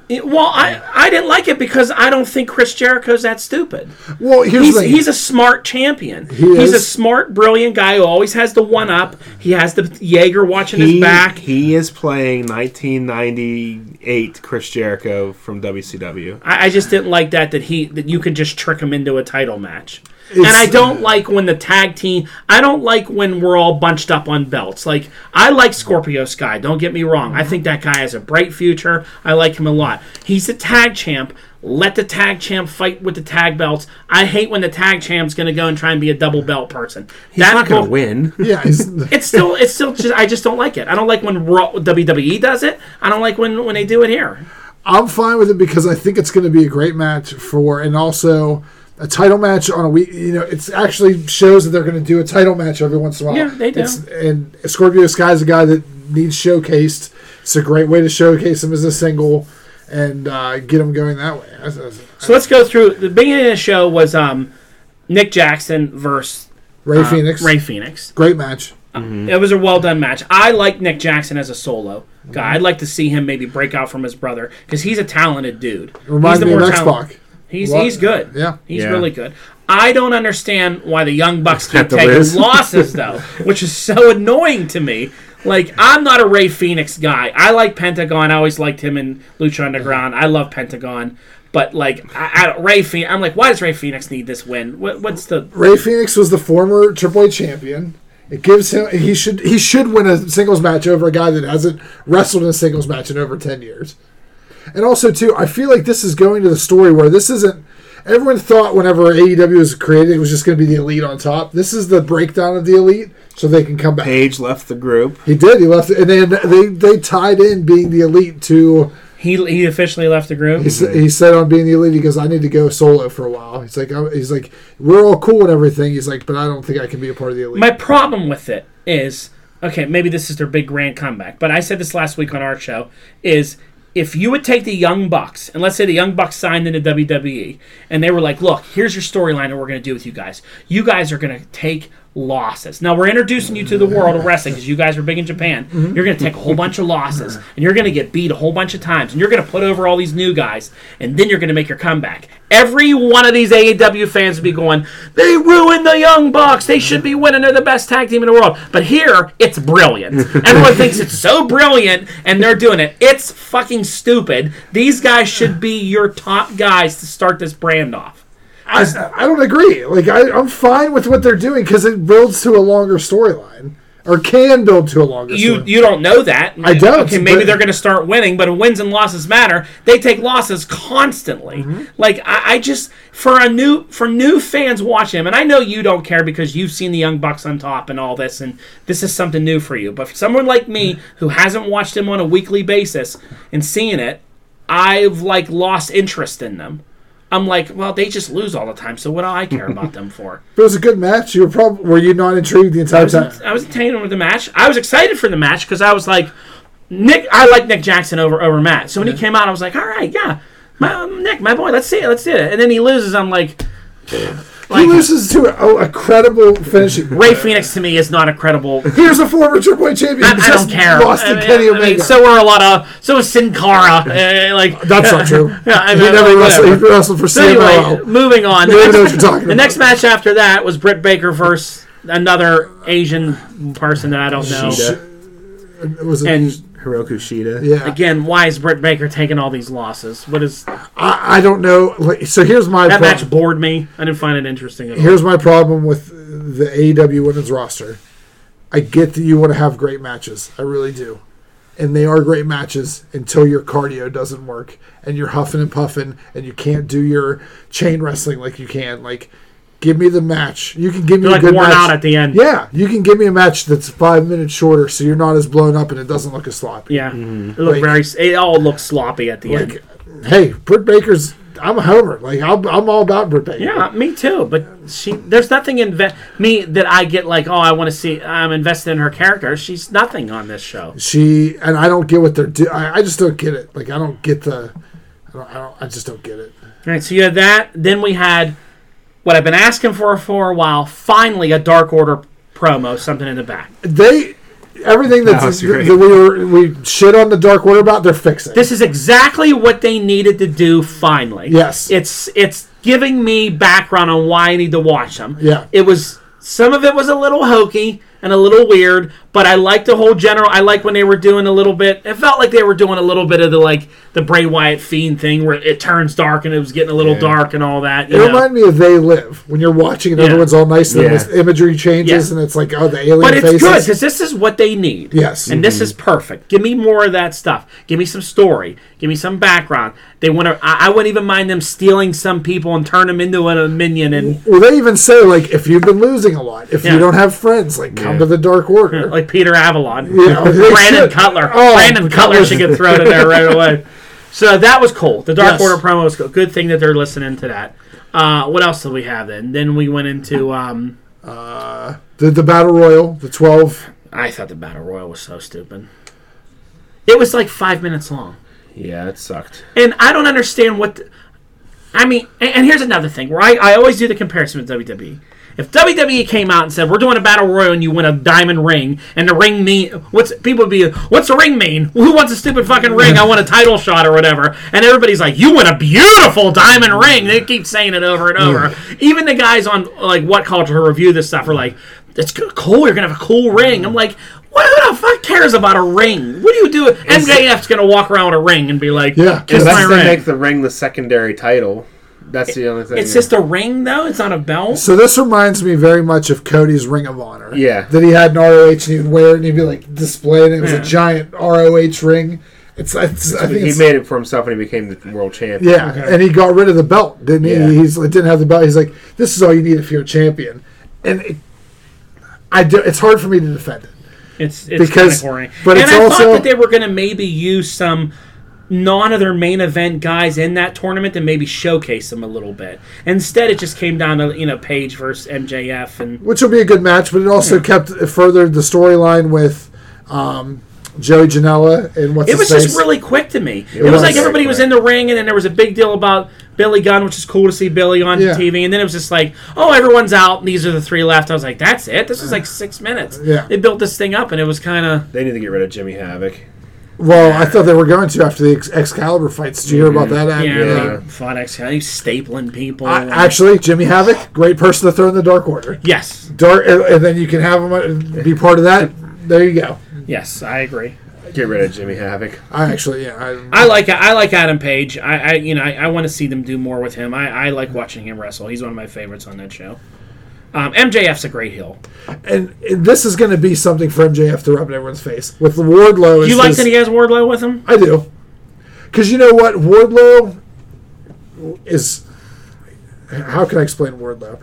It- well, I I didn't like it because I don't think Chris Jericho's that stupid.
Well, here's
He's
the thing.
he's a smart champion.
He
he's a
is.
smart, brilliant guy who always has the one up. He has the Jaeger watching
He,
his back.
he is playing 1998 Chris Jericho from WCW.
I, I just didn't like that that he that you could just trick him into a title match. and I don't like when the tag team. I don't like when we're all bunched up on belts. Like I like Scorpio Sky. Don't get me wrong. I think that guy has a bright future. I like him a lot. He's the tag champ. Let the tag champ fight with the tag belts. I hate when the tag champ's going to go and try and be a double belt person. He's
I'm not gonna win.
Yeah, he's,
It's still, it's still just. I just don't like it. I don't like when Raw, WWE does it. I don't like when when they do it here.
I'm fine with it because I think it's going to be a great match for, and also a title match on a week. You know, it's actually shows that they're going to do a title match every once in a while.
Yeah, they do.
It's, and Scorpio Sky's a guy that needs showcased. It's a great way to showcase him as a single and uh, get him going that way. I- I-
So let's go through. The beginning of the show was um, Nick Jackson versus
Ray Phoenix,
Uh, Ray Phoenix.
great match.
It was a well done match. I like Nick Jackson as a solo
Mm-hmm.
guy. I'd like to see him maybe break out from his brother because he's a talented dude.
Reminds
he's
me of X
talented-
Pac.
He's
What?
he's good.
Yeah.
he's
Yeah.
really good. I don't understand why the Young Bucks keep
Have to
taking
lose.
losses though, which is so annoying to me. Like I'm not a Ray Phoenix guy. I like Pentagon. I always liked him in Lucha Underground. I love Pentagon. But like I, I, don't- Ray Phoenix, I'm like, why does Ray Phoenix need this win? What, what's the
Ray Phoenix was the former Triple H champion. It gives him he should he should win a singles match over a guy that hasn't wrestled in a singles match in over ten years. And also too, I feel like this is going to the story where this isn't everyone thought whenever AEW was created it was just gonna be the elite on top. This is the breakdown of the elite so they can come back.
Page left the group.
He did, he left it and then they, they tied in being the elite to
he he officially left the group?
he s- he said on being the elite, he goes, I need to go solo for a while. He's like, I'm, he's like, we're all cool and everything. He's like, but I don't think I can be a part of the elite.
My problem with it is okay, maybe this is their big grand comeback, but I said this last week on our show is if you would take the Young Bucks, and let's say the Young Bucks signed into WWE, and they were like, look, here's your storyline that we're going to do with you guys. You guys are going to take losses. Now, we're introducing you to the world of wrestling because you guys are big in Japan. You're going to take a whole bunch of losses, and you're going to get beat a whole bunch of times, and you're going to put over all these new guys, and then you're going to make your comeback. Every one of these AEW fans would be going, they ruined the Young Bucks. They should be winning. They're the best tag team in the world. But here, it's brilliant. Everyone thinks it's so brilliant, and they're doing it. It's fucking stupid. These guys should be your top guys to start this brand off.
I, I don't agree. Like I, I'm fine with what they're doing because it builds to a longer storyline, or can build to a longer.
You
story.
you don't know that. I
don't,
Okay, maybe
but-
they're going to start winning, but wins and losses matter. They take losses constantly.
Mm-hmm.
Like I, I just for a new for new fans watching them, and I know you don't care because you've seen the Young Bucks on top and all this, and this is something new for you. But for someone like
Mm-hmm.
me who hasn't watched them on a weekly basis and seeing it, I've like lost interest in them. I'm like, well, they just lose all the time, so what do I care about them for?
If it was a good match. You were probably were you not intrigued the entire time?
I was entertained with the match. I was excited for the match because I was like, Nick. I like Nick Jackson over over Matt. So when he came out, I was like, all right, yeah, my, um, Nick, my boy, let's see it, let's see it. And then he loses. I'm like,
He loses to a, a credible finishing.
Ray Phoenix to me is not a credible.
Here's a former Triple H champion.
I,
who
I
just
don't care.
Lost
I
to
mean,
Kenny
I
Omega.
mean, so were a lot of so was Sin Cara. eh, like
That's not true.
Yeah, I
he
mean,
never
like,
wrestled. He
whatever.
wrestled for
So
CMLL.
anyway, moving on. The
don't
next,
know what you're talking
the
about.
next match after that was Britt Baker versus another Asian person that I don't know.
Shida.
It uh, was a,
And
Hiroku Shida.
yeah,
Again, why is Britt Baker taking all these losses? What is that
I, I don't know. Like, so here's my problem.
match bored me? I didn't find it interesting at all.
Here's my problem with the AEW women's roster. I get that you want to have great matches. I really do. And they are great matches until your cardio doesn't work and you're huffing and puffing and you can't do your chain wrestling like you can. Like, give me the match. You can give me
You're
a
like
good
worn
match.
out at the end.
yeah, you can give me a match that's five minutes shorter so you're not as blown up and it doesn't look as sloppy.
Yeah. It looked
Like-
very. It all looked sloppy at the end.
Hey, Britt Baker's. I'm a homer. Like, I'm, I'm all about Britt Baker.
Yeah, me too. But she, there's nothing in ve- me that I get like, oh, I want to see. I'm invested in her character. She's nothing on this show.
she and I don't get what they're do. I, I just don't get it. Like I don't get the. I don't. I, don't, I just don't get it.
All right, so you had that. Then we had what I've been asking for for a while. Finally, a Dark Order promo, something in the back.
They everything that's,
That was
that
great.
we were we shit on the Dark Order about. They're fixing.
This is exactly what they needed to do. Finally,
Yes.
it's it's giving me background on why I need to watch them.
Yeah.
it was some of it was a little hokey and a little weird, but I liked the whole general. I like when they were doing a little bit. It felt like they were doing a little bit of the like the Bray Wyatt fiend thing where it turns dark and it was getting a little
Yeah.
dark and all that.
it
You know?
reminded me of They Live when you're watching and
Yeah.
everyone's all nice and
Yeah.
this imagery changes
Yeah.
and it's like oh the alien
But it's
faces.
good because this is what they need.
Yes.
and this is perfect. Give me more of that stuff. Give me some story. Give me some background. They want to. I, I wouldn't even mind them stealing some people and turn them into a minion. And
Well, they even say like if you've been losing a lot, if
Yeah.
you don't have friends, like come
Yeah.
to the Dark Order.
like Peter Avalon,
Yeah, they
Brandon
should.
Cutler.
Oh,
Brandon Cutler should get thrown in there right away. So that was cool. The Dark
Yes.
Order promo was cool. Good thing that they're listening to that. Uh, what else did we have then? Then we went into. Um,
The the battle royal, the twelve.
I thought the battle royal was so stupid. It was like five minutes long.
Yeah, it sucked.
And I don't understand what. The, I mean, and, and here's another thing where I, I always do the comparison with WWE. If WWE came out and said we're doing a battle royal and you win a diamond ring and the ring mean what's people would be what's the ring mean? Who wants a stupid fucking ring? I want a title shot or whatever. And everybody's like, you win a beautiful diamond ring. They keep saying it over and over. Even the guys on like what culture who review this stuff are like, it's g- cool. You're gonna have a cool ring. I'm like. What who the fuck cares about a ring? What do you do? MJF's gonna walk around with a ring and be like,
Yeah.
kiss
that's
my
they
ring.
make the ring the secondary title. That's the only thing.
It's just a ring, though. It's not a belt.
So this reminds me very much of Cody's Ring of Honor.
Yeah.
That he had an ROH and he would wear it and he'd be like displaying it. It was
Yeah.
a giant ROH ring. It's, it's I think
he
it's,
made it for himself and he became the world champion.
yeah, and he got rid of the belt, didn't he?
Yeah.
He's like, didn't have the belt. He's like, this is all you need if you're a champion, and it, I do, it's hard for me to defend it.
It's it's
Because-
kind of corny.
but
and
it's
I
also-
thought that they were going to maybe use some non other main event guys in that tournament and maybe showcase them a little bit. Instead, it just came down to you know Page versus MJF and
which will be a good match, but it also kept it furthered the storyline with um, Joey Janela and what's
it was
his
just
face.
really quick to me. It,
was
was, like
very
everybody was
quick.
in the ring and then there was a big deal about Billy Gunn, which is cool to see Billy on
Yeah.
TV. And then it was just like, oh, everyone's out and these are the three left. I was like, that's it. This was like six minutes.
Yeah.
They built this thing up and it was kind of
They need to get rid of Jimmy Havoc.
well, I thought they were going to after the Ex- Excalibur fights. Did you hear about that?
yeah,
Adam?
Yeah.
like, fun X stapling people.
I,
and-
actually, Jimmy Havoc, great person to throw in the Dark Order.
yes,
Dark, and, and then you can have him uh, be part of that. There you go.
yes, I agree.
Get rid of Jimmy Havoc.
I actually, yeah, I,
I like I like Adam Page. I, I you know I, I want to see them do more with him. I, I like watching him wrestle. He's one of my favorites on that show. Um, MJF's a great heel.
and, and this is going to be something for MJF to rub in everyone's face with Wardlow.
Do
is
you like
this-
that he has Wardlow with him?
I do. Because you know what? Wardlow is. How can I explain Wardlow?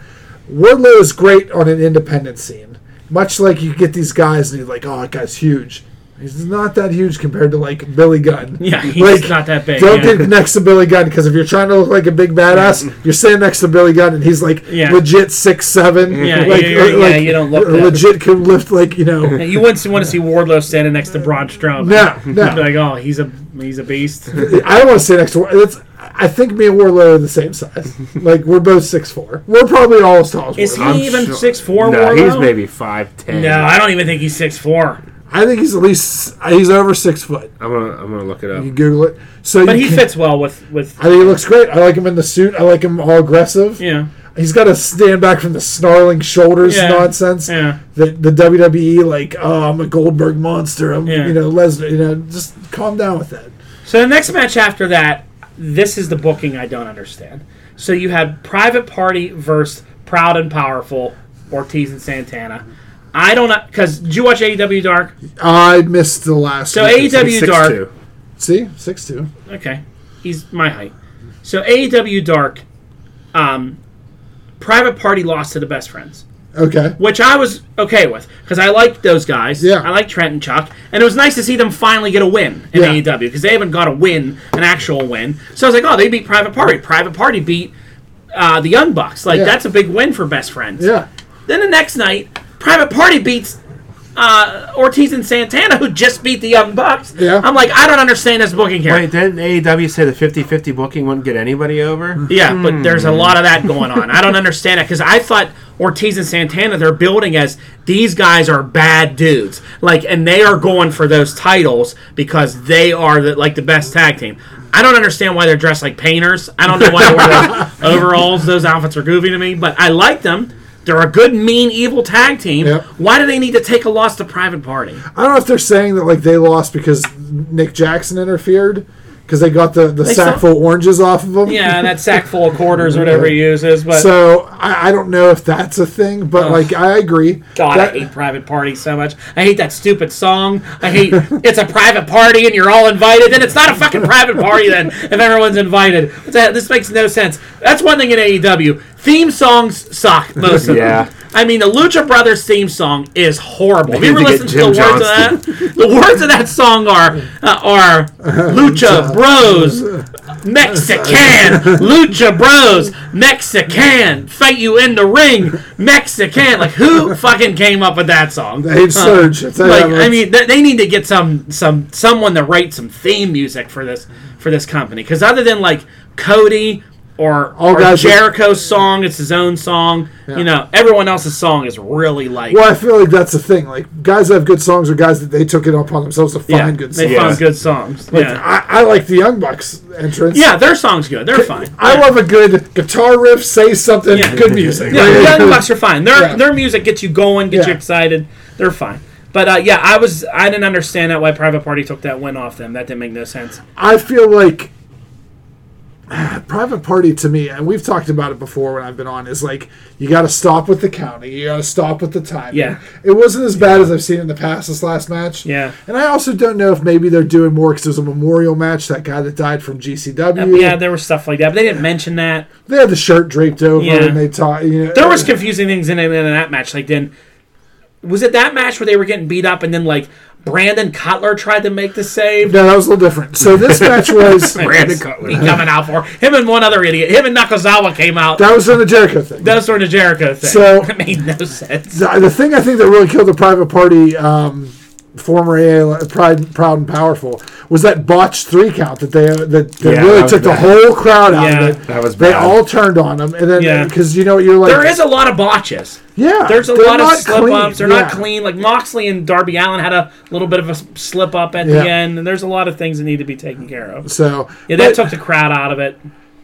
Wardlow is great on an independent scene. Much like you get these guys and you're like, oh, that guy's huge. He's not that huge compared to like Billy Gunn.
Yeah, he's
Like,
not that big.
Don't
yeah. Mm-hmm.
get next to Billy Gunn because if you're trying to look like a big badass, you're sitting next to Billy Gunn and he's like
Yeah.
legit six seven.
Yeah,
like,
yeah, yeah, yeah, you don't look that-
legit can lift like you know.
You wouldn't want to see Wardlow standing next to Braun Strowman.
no, no.
You'd be like, oh, he's a he's a beast.
I don't want to say next to War. That's, I think me and Warlow are the same size. like we're both six four. We're probably all as tall as
Is he
Wardlow.
even six four?
No,
Wardlow?
he's maybe five ten.
No, I don't even think he's six four.
I think he's at least he's over six foot.
I'm gonna I'm gonna look it up.
You Google it. So
But
you
he
can-
fits well with with
I think he looks great. I like him in the suit. I like him all aggressive.
yeah
He's got to stand back from the snarling shoulders
Yeah.
nonsense.
yeah.
The, the WWE like oh I'm a Goldberg monster. I'm
Yeah.
you know Lesnar. You know just calm down with that.
So the next match after that, this is the booking I don't understand. So you had Private Party versus Proud and Powerful, Ortiz and Santana. I don't know because did you watch AEW Dark?
I missed the last.
So
week.
AEW Dark.
6'2".
see six two.
Okay, he's my height. So AEW Dark, um, Private Party lost to the Best Friends.
Okay.
which I was okay with because I liked those guys.
Yeah.
I like Trent and Chuck, and it was nice to see them finally get a win in
Yeah.
AEW because they haven't got a win, an actual win. So I was like, oh, they beat Private Party. Private Party beat uh, the Young Bucks. Like
Yeah.
that's a big win for Best Friends.
Yeah.
Then the next night, Private Party beats. Uh, Ortiz and Santana, who just beat the Young Bucks.
Yeah.
I'm like, I don't understand this booking here.
Wait, didn't AEW say the 50-50 booking wouldn't get anybody over?
Yeah, but there's a
Hmm.
lot of that going on. I don't understand it because I thought Ortiz and Santana they're building as these guys are bad dudes, like, and they are going for those titles because they are the, like the best tag team. I don't understand why they're dressed like painters. I don't know why they wear those overalls. Those outfits are goofy to me, but I like them. They're a good, mean, evil tag team.
Yep.
Why do they need to take a loss to Private Party?
I don't know if they're saying that like they lost because Nick Jackson interfered because they got the the
saw-
sack full of oranges off of him.
Yeah, that sack full of quarters, or whatever he uses. But
So I, I don't know if that's a thing, but like I agree.
God,
That-
I hate private parties so much. I hate that stupid song. I hate it's a private party and you're all invited. Then it's not a fucking private party then if everyone's invited. What's that- This makes no sense. That's one thing in AEW. Theme songs suck most of
Yeah.
them. I mean, the Lucha Brothers theme song is horrible. Have you
need
ever
to get
listened to the
Jim
words of that? The words of that song are uh, are Lucha Bros, Mexican, Lucha Bros, Mexican, fight you in the ring, Mexican. Like who fucking came up with that song?
I hate Surge. It's-
Like
it's-
I mean, th- they need to get some some someone to write some theme music for this for this company because other than like Cody or,
All
or
guys-
Jericho's song. It's his own song. You know, everyone else's song is really like
Well, I feel like that's the thing. Like guys that have good songs are guys that they took it upon themselves to
yeah,
find good
they
songs.
found good songs. yeah,
I, I like the Young Bucks entrance.
yeah, their song's good. They're fine.
I love a good guitar riff, say something,
Yeah.
good music.
Yeah,
Like,
Young Bucks are fine. Their
Yeah.
their music gets you going, gets you
Yeah.
excited. They're fine. But uh, yeah, I was I didn't understand that why Private Party took that win off them. That didn't make no sense.
I feel like ah, private party to me, and we've talked about it before when I've been on, is like you got to stop with the counting, you got to stop with the timing.
Yeah.
it wasn't as bad as I've seen in the past this last match.
Yeah.
and I also don't know if maybe they're doing more because there's a memorial match that guy that died from GCW.
Uh, Yeah, there was stuff like that, but they didn't mention that.
they had the shirt draped over,
Yeah.
and they talked. You know,
There was confusing things in, in that match. Like then, was it that match where they were getting beat up and then like Brandon Cutler tried to make the save?
no, that was a little different. So this match was
Brandon Cutler.
He coming out for him and one other idiot. Him and Nakazawa came out.
that was in the Jericho thing.
That was sort of Jericho thing.
So-
that made no sense.
the, the thing I think that really killed the private party, um, former AL, Pride, Proud and Powerful, was that botched three count that they that, that
Yeah,
really
that was
took the
bad.
whole crowd out
Yeah.
of it.
That was
they
bad.
all turned on them, and then
Yeah.
because you know you're like
There is a lot of botches.
yeah,
There's a
they're
lot of
not
slip ups. They're not
yeah.
clean. Like Moxley and Darby Allen had a little bit of a slip up at
Yeah.
the end, and there's a lot of things that need to be taken care of.
So
Yeah, that
but
took the crowd out of it.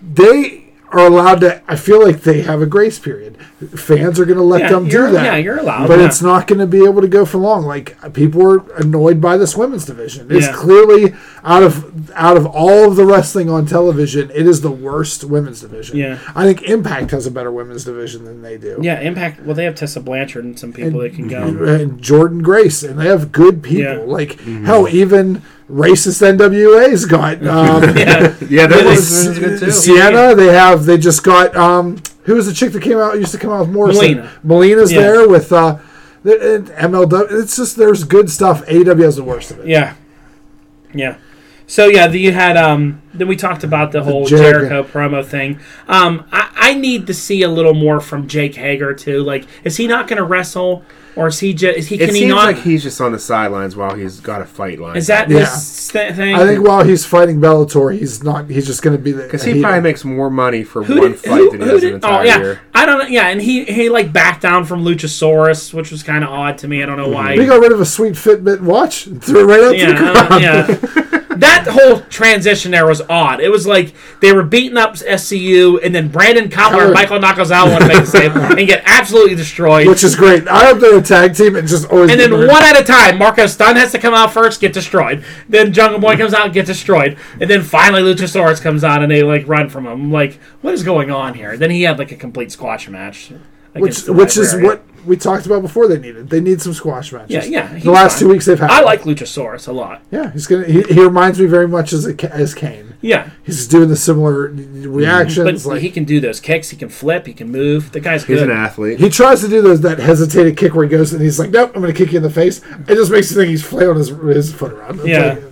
they are allowed to. I feel like they have a grace period. Fans are going to let
Yeah,
them
you're-
do that.
yeah, you're allowed,
but
yeah.
it's not going to be able to go for long. Like people are annoyed by this women's division. It's
Yeah.
clearly out of out of all of the wrestling on television, it is the worst women's division.
Yeah.
I think Impact has a better women's division than they do.
Yeah, Impact. Well, they have Tessa Blanchard and some people that can go.
And Mhm. Jordan Grace, and they have good people.
Yeah.
Like hell, even racist NWA's got um,
Yeah,
Yeah, that
Really?
was, was good too.
Sienna, they have they just got um who was the chick that came out used to come out with Morrison?
Melina.
Melina's
Yeah.
there with uh the- and MLW. It's just there's good stuff. AEW has the worst of it.
yeah, yeah. So yeah, the, you had um. Then we talked about the whole Jericho
Jericho.
promo thing. Um, I, I need to see a little more from Jake Hager too. Like, is he not going to wrestle, or is he just is he
It
can he
seems
not?
like he's just on the sidelines while he's got a fight line.
is that
Yeah.
this th- thing?
I think while he's fighting Bellator, he's not. He's just going to be the.
Because he probably makes more money for one
did-
fight than he
who
does an
did-
entire
oh, yeah.
year.
I don't know. Yeah, and he he like backed down from Luchasaurus, which was kind of odd to me. I don't know why.
he got rid of a sweet Fitbit watch and threw it right out to the
Yeah,
crowd.
uh, yeah. That whole transition there was odd. It was like they were beating up SCU, and then Brandon Cutler and Michael
Cutler.
Nakazawa would make a save and get absolutely destroyed.
Which is great. I hope they're a tag team and just always.
and
get
then
rid of-
one at a time, Marco Stun has to come out first, get destroyed. Then Jungle Boy comes out, and get destroyed. And then finally Luchasaurus comes out, and they like run from him. I'm like, what is going on here? Then he had like a complete squash match.
which
against the
which is
Librarian.
what we talked about before. They needed. They need some squash matches.
Yeah, yeah. he's
The last
fine.
two weeks they've had.
I
one.
like Luchasaurus a lot.
Yeah, he's gonna. He, he reminds me very much as a, Ca- as Kane.
Yeah.
He's doing the similar reactions.
But
like
he
he,
can do those kicks. He can flip. He can move. The guy's
He's
good.
an athlete.
tries to do those that hesitated kick where he goes and he's like, "Nope, I'm going to kick you in the face." It just makes you think he's flailing his, his foot around. It's
Yeah.
like-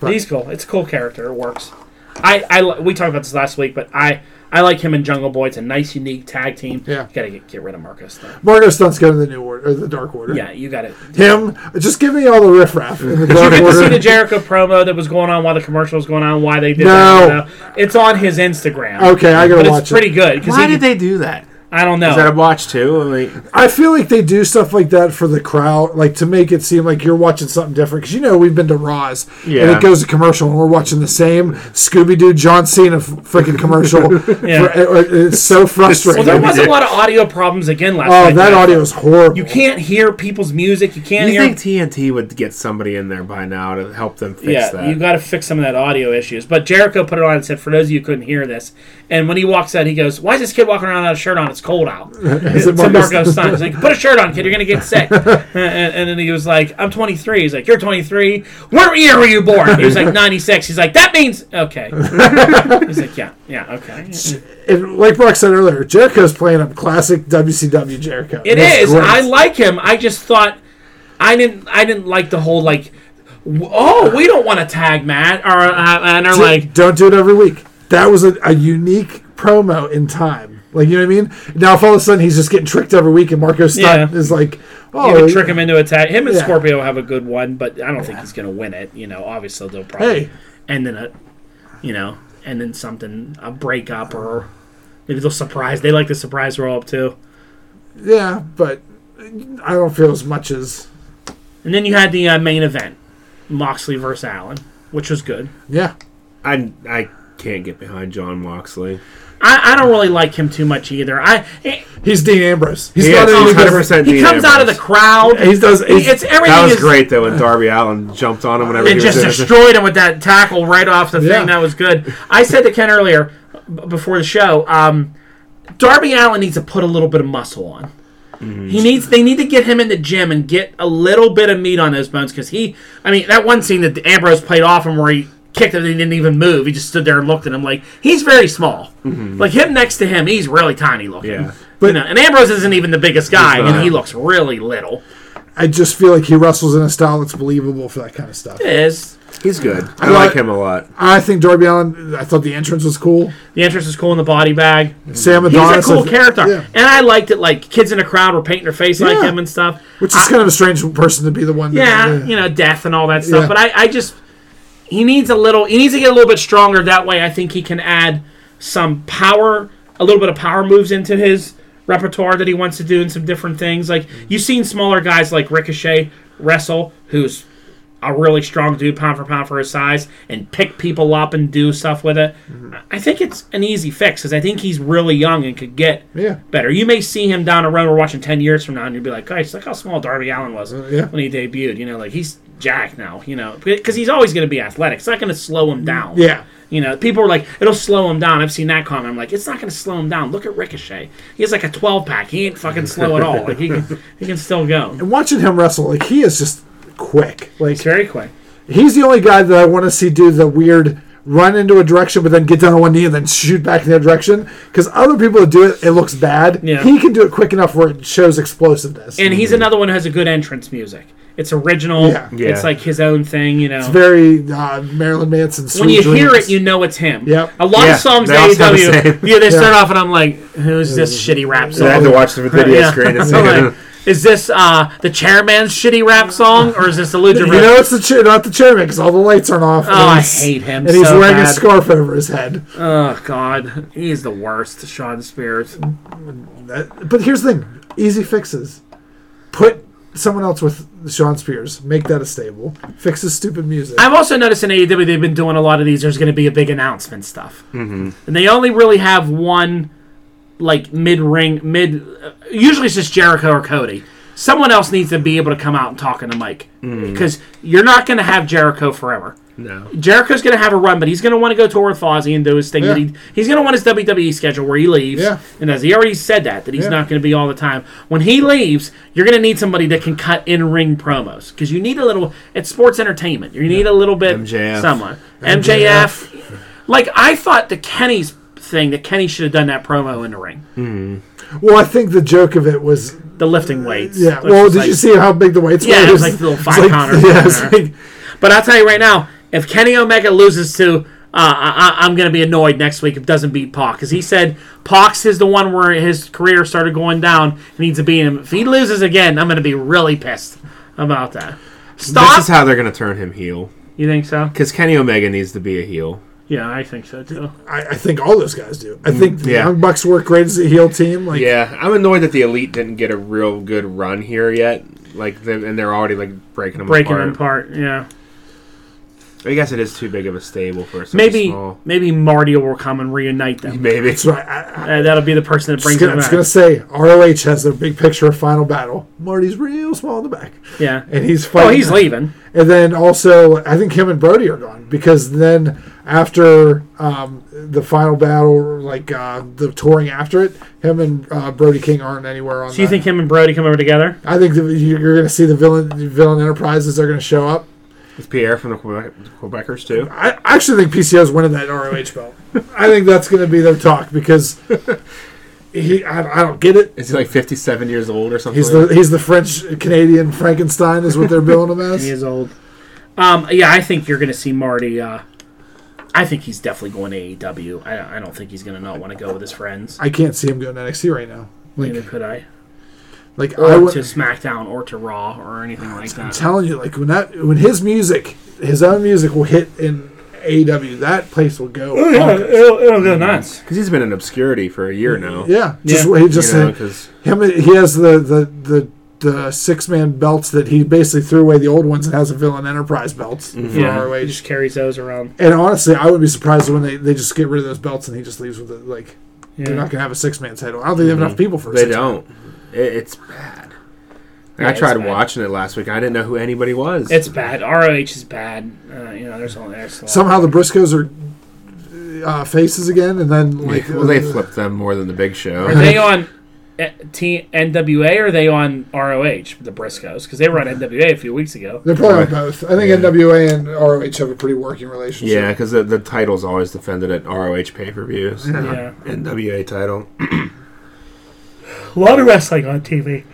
but-
He's cool. It's a cool character. It works. I, I li- we talked about this last week, but I I like him and Jungle Boy. It's a nice, unique tag team.
Yeah.
You gotta get, get rid of Marcus though.
Margo Stunt's going to the new order, or the Dark Order.
Yeah, you gotta.
Him, just give me all the riffraff in the Dark
You see the
Order.
Jericho promo that was going on while the commercial was going on. Why they did
No.
that? I don't know. It's on his Instagram.
Okay, I
But
gotta
it's
watch
pretty
it.
good because he.
they do that? Is
I don't know.
that a watch too? I mean,
I feel like they do stuff like that for the crowd, like to make it seem like you're watching something different. Because you know we've been to Raws, and
Yeah.
it goes to commercial, and we're watching the same Scooby Doo John Cena f- freaking commercial.
Yeah.
For- it- it's so
well,
frustrating.
there was a lot of audio problems again last night.
Oh, that
though.
audio is horrible.
You can't hear people's music. You can't
you
hear.
think TNT would get somebody in there by now to help them fix
yeah,
that?
you got to fix some of that audio issues. But Jericho put it on and said, "For those of you who couldn't hear this," and when he walks out, he goes, "Why is this kid walking around without a shirt on? It's cold out." It's
it Marcus?
Marco Stein. He's like, "Put a shirt on, kid. You're gonna get sick." and, and- and then he was like, "I'm 23." He's like, "You're 23. What year were you born?" He was like, "96." He's like, "That means okay." He's like, "Yeah, yeah, okay."
And like Brock said earlier, Jericho's playing a classic WCW Jericho.
It
It's
is.
great.
I like him. I just thought I didn't. I didn't like the whole like. w- Oh, we don't want a tag Matt, or uh, and they're
D-
like,
don't do it every week. That was a, a unique promo in time. Like you know what I mean? Now if all of a sudden he's just getting tricked every week, and Marco Stunt
Yeah.
is like,
You
oh,
could trick him into a tag. Him and
Yeah.
Scorpio have a good one, but I don't think he's going to win it. You know, obviously they'll probably
Hey.
end in a, you know, and then something a breakup or maybe they'll surprise. They like the surprise roll up too.
Yeah, but I don't feel as much as
And then you had the uh, main event, Moxley versus Allen, which was good.
yeah.
I I can't get behind John Moxley.
I, I don't really like him too much either. I it,
He's Dean Ambrose. He's
He
not
is-
any
Oh,
he's
different.
100%
he
Dean
comes out of the
Ambrose.
crowd.
He does.
He-
he's-
it's everything.
That was
is,
great though when Darby Allen jumped on him whenever he
It
was
just
doing it.
destroyed him with that tackle right off the
Yeah.
thing. That was good. I said to Ken earlier b- before the show, um, Darby Allen needs to put a little bit of muscle on.
Mm-hmm.
He needs. They need to get him in the gym and get a little bit of meat on those bones because he. I mean, that one scene that Ambrose played off him where he kicked him and he didn't even move. He just stood there and looked at him like he's very small. Like him next to him, he's really tiny looking.
Mm-hmm. Yeah.
you know, and Ambrose isn't even the biggest guy,
not.
and he looks really little.
I just feel like he wrestles in a style that's believable for that kind of stuff.
Is
He's good. I
Well,
like him a lot.
I think Darby Allen. I thought the entrance was cool.
the entrance is cool in the body bag.
Sam
He's
Adonis.
a cool
I-
character,
yeah.
and I liked it. Like kids in a crowd were painting their face like
Yeah.
him and stuff.
Which is
I-
kind of a strange person to be the one.
yeah,
that,
you know, death and all that stuff.
Yeah.
But I, I just he needs a little. He needs to get a little bit stronger. That way, I think he can add some power, a little bit of power moves into his repertoire that he wants to do, and some different things. Like you've seen smaller guys like Ricochet wrestle, who's a really strong dude, pound for pound for his size, and pick people up and do stuff with it.
Mm-hmm.
I think it's an easy fix because I think he's really young and could get
Yeah.
better. You may see him down a road we're watching ten years from now, and you'll be like, "Guys, look how small Darby Allen was
Uh, yeah.
when he debuted." You know, like he's jacked now. You know, because he's always going to be athletic. It's not going to slow him down.
Yeah.
You know, people were like, "It'll slow him down." I've seen that comment. I'm like, "It's not going to slow him down." Look at Ricochet. He has like a 12 pack. He ain't fucking slow at all. Like he can, he can still go.
And watching him wrestle, like he is just quick. Like
It's very quick.
he's the only guy that I want to see do the weird run into a direction, but then get down on one knee and then shoot back in the other direction. Because other people that do it, it looks bad.
Yeah.
He can do it quick enough where it shows explosiveness.
And he's another one who has a good entrance music. It's original.
Mm-hmm. Yeah.
Yeah.
It's like his own thing. You know.
it's very uh, Marilyn Manson. Sweet
when you hear
Dreams.
it, you know it's him.
Yep.
A lot
Yeah,
of songs
they
at
all sound the
AEW,
same.
yeah, they start off and I'm like, who's this shitty rap
I had
song?
to watch the video
Yeah.
screen and see.
I'm like, is this uh, the chairman's shitty rap song or is this the Lucha
You
rap-
know it's the chair, not the chairman, because all the lights aren't off.
Oh, I hate him.
And he's
so
wearing a
bad.
scarf over his head.
Oh God, he's the worst. Sean Spears.
Uh, But here's the thing: easy fixes. Put someone else with Sean Spears. Make that a stable. Fix his stupid music.
I've also noticed in AEW they've been doing a lot of these. There's going to be a big announcement stuff, mm-hmm. and they only really have one, like mid ring mid. uh, Usually it's just Jericho or Cody. Someone else needs to be able to come out and talk on the mic because you're not going to have Jericho forever.
No.
Jericho's going to have a run, but he's going to want to go tour with Fozzy and do his thing. That
Yeah.
he, he's going to want his WWE schedule where he leaves.
Yeah.
And as he already said that, that he's
Yeah.
not going to be all the time. When he leaves, you're going to need somebody that can cut in ring promos because you need a little. It's sports entertainment. You need a little bit
MJF.
someone. MJF. Like I thought the Kenny's thing that Kenny should have done that promo in the ring,
well, I think the joke of it was
the lifting weights.
yeah.
which
Well,
was
did
like-
you see how big the weights
Yeah,
were?
it was like the little five pounder or
Yeah, it's
something.
like
But I'll tell you right now, if Kenny Omega loses to, uh, I, I- I'm going to be annoyed next week if doesn't beat Pac because he said Pac's is the one where his career started going down. He needs to beat him. If he loses again, I'm going to be really pissed about that. Stop.
This is how they're gonna turn him heel.
you think so?
Because Kenny Omega needs to be a heel.
Yeah, I think so too.
I, I think all those guys do. I think the
Mm, yeah.
Young Bucks work great as a heel team. Like
Yeah, I'm annoyed that the elite didn't get a real good run here yet. Like, they- and they're already like breaking them
Breaking
apart.
them apart. Yeah.
I guess it is too big of a stable for such a
Maybe
small.
maybe Marty will come and reunite them.
Maybe it's
that's right. I, I,
Uh, that'll be the person that
I was
brings
gonna, I
them
was
back.
gonna say ROH has their big picture of final battle. Marty's real small in the back,
Yeah.
and he's
Oh,
fighting.
he's leaving.
And then also, I think him and Brody are gone because then after um, the final battle, like uh, the touring after it, him and uh, Brody King aren't anywhere on.
Do you
that.
think him and Brody come over together?
I think the, you- you're going to see the villain the villain enterprises are going to show up.
Pierre from the Quebec, Quebecers too.
I actually think PCO's winning that ROH belt. I think that's going to be their talk because he. I, I don't get it.
Is he like 57 years old or something?
He's the he's the French Canadian Frankenstein is what they're billing him as.
He is old. Um, yeah, I think you're going to see Marty. Uh, I think he's definitely going to AEW. I, I don't think he's going to not want to go with his friends.
I can't see him going to NXT right now.
Neither
Like
could I.
like
Or
I
to
would.
SmackDown or to Raw or anything like
I'm
that.
telling you, like when that when his music, his own music will hit in AEW, that place will go.
Oh, yeah, it'll, it'll go nuts.
because he's been in obscurity for a year now.
Yeah, just
Yeah.
he
You
just
know, 'cause-
him. He has the the the, the six man belts that he basically threw away the old ones and has a villain enterprise belts
Mm-hmm.
for
Yeah,
ROH.
he just carries those around.
And honestly, I wouldn't be surprised when they, they just get rid of those belts and he just leaves with it. Like they're
Yeah.
not gonna have a six man title. I don't think they have enough people for. a
Mm-hmm. They
six-man.
don't. It, it's bad. Like,
Yeah,
I
it's
tried
bad.
watching it last week. I didn't know who anybody was.
It's bad. ROH is bad. Uh, you know, there's only there's a lot.
Somehow the Briscoes are uh, faces again, and then like
well, they
uh,
flipped them more than the Big Show.
Are they on eh, T- NWA or are they on ROH, the Briscoes? Because they were on NWA a few weeks ago.
They're probably on
Right.
both. I think NWA and ROH have a pretty working relationship.
Yeah, because the, the title's always defended at ROH pay per views.
Yeah.
NWA title.
A lot of wrestling on TV.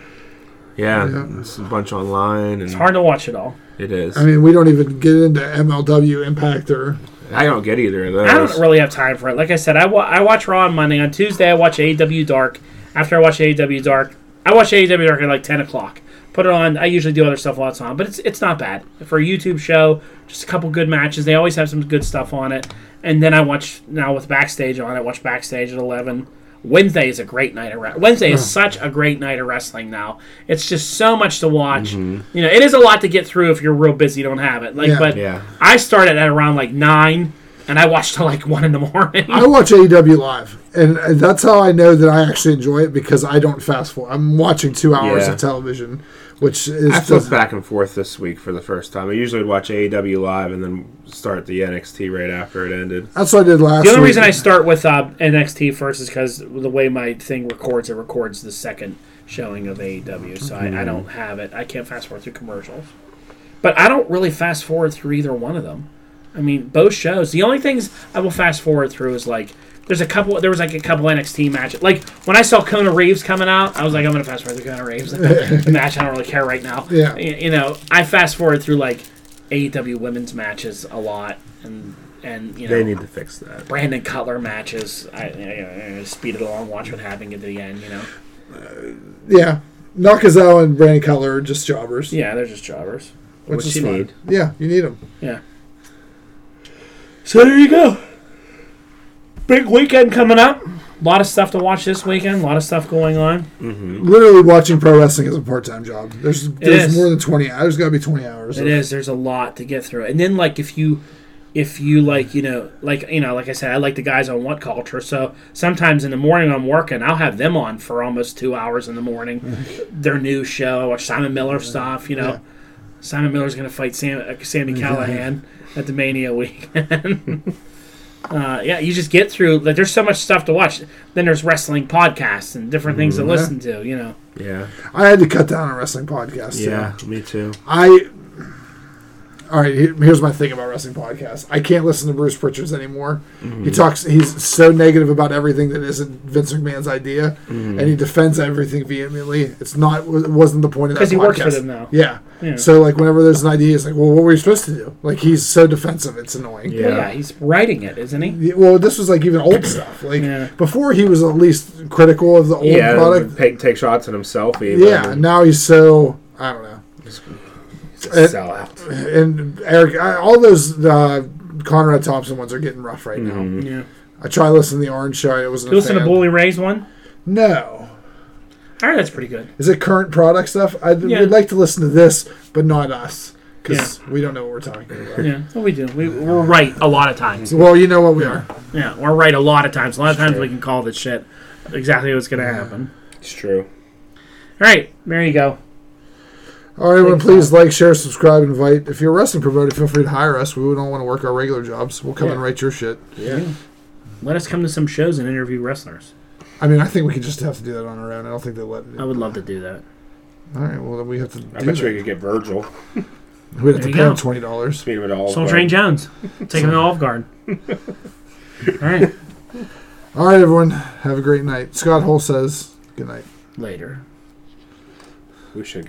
Yeah,
Yeah.
it's a bunch online, and
It's hard to watch it all.
it is.
I mean, we don't even get into MLW Impact or
I don't get either of those.
I don't really have time for it. Like I said, I, wa- I watch Raw on Monday. On Tuesday, I watch AEW Dark. After I watch AEW Dark, I watch AEW Dark at like 10 o'clock. Put it on. I usually do other stuff while it's on, but it's it's not bad for a YouTube show. Just a couple good matches. They always have some good stuff on it. And then I watch now with Backstage on. I watch Backstage at 11. Wednesday is a great night of re- Wednesday is such a great night of wrestling now. It's just so much to watch. You know, it is a lot to get through if you're real busy. You don't have it. Like,
Yeah.
but
Yeah.
I started at around like nine, and I watched till like one in the morning.
I watch AEW live, and uh, that's how I know that I actually enjoy it because I don't fast forward. I'm watching two hours
Yeah.
of television, which is
I
just,
flipped back and forth this week for the first time. I usually would watch AEW live and then start the NXT right after it ended.
that's what I did last.
The only
week.
reason I start with uh, NXT first is because the way my thing records, it records the second showing of AEW, so I, I don't have it. I can't fast forward through commercials, but I don't really fast forward through either one of them. I mean, both shows. The only things I will fast forward through is like there's a couple. There was like a couple NXT matches. Like when I saw Kona Reeves coming out, I was like, I'm gonna fast forward through Kona Reeves. the match I don't really care right now.
Yeah.
Y- You know, I fast forward through like AEW women's matches a lot, and and you know
They need to fix that.
Brandon Cutler matches. I, I, I- I speed it along, watch what happened at the end. You know,
yeah, Nakazawa and Brandon Cutler are just jobbers,
yeah, they're just jobbers.
which
Which
is
you
fine.
need.
Yeah, you need them.
Yeah. So there you go. Big weekend coming up. A lot of stuff to watch this weekend. A lot of stuff going on.
Literally watching pro wrestling is a part time job. There's there's
is.
more than twenty. hours. There's got to be twenty hours.
It
of-
is. There's a lot to get through, and then like if you, if you like you know like you know like I said, I like the guys on What Culture. So sometimes in the morning I'm working, I'll have them on for almost two hours in the morning. Their new show, I watch Simon Miller stuff. You know, Simon Miller's going to fight Sam, uh, Sammy Callahan at the Mania weekend. uh, yeah, you just get through. Like, there's so much stuff to watch. Then there's wrestling podcasts and different things to listen to. You know,
Yeah.
I had to cut down on wrestling podcasts. too.
Yeah, me too.
I. All right, here- here's my thing about wrestling podcasts. I can't listen to Bruce Pritchard's anymore. He talks. He's so negative about everything that isn't Vince McMahon's idea, and he defends everything vehemently. It's not. It wasn't the point of that.
'Cause he works for
podcast.
them now.
Yeah.
Yeah.
So like, whenever there's an idea, he's like, "Well, what were you supposed to do?" Like, he's so defensive. It's annoying.
yeah, he's writing it, isn't he?
Yeah, Well, this was like even old stuff. Like
Yeah.
before, he was at least critical of the old
Yeah,
product.
Take, take shots at himself even.
Yeah. Now he's so. I don't know.
He's a sellout.
and Eric, I, all those uh, Conrad Thompson ones are getting rough right
Mm-hmm.
now.
Yeah.
I tried listening to the Orange Show. I wasn't.
You listen
a
to
fan.
Bully Ray's one.
No,
I heard that's pretty good.
is it current product stuff? I
Yeah.
would like to listen to this, but not us, because we don't know what we're talking about.
Yeah, what we do. We, we're right a lot of times.
Well, you know what we are.
Yeah, we're right a lot of times. A lot of times we can call this shit exactly what's going to happen.
It's true.
All right, there you go.
All right, everyone, please like, share, subscribe, invite. If you're a wrestling promoter, feel free to hire us. We don't want to work our regular jobs. We'll come
Yeah.
and write your shit.
Yeah.
Let us come to some shows and interview wrestlers.
I mean, I think we could just have to do that on our own. I don't think they let.
I would love to do that.
All right, well then we have to.
I
do
bet you we
that.
could get Virgil.
We'd have to
There you
pay
go.
him twenty dollars.
Speed him at all.
Soul Train Jones. Take him to Olive Garden. All right.
All right, everyone, have a great night. Scott Hole says good night.
Later.
We should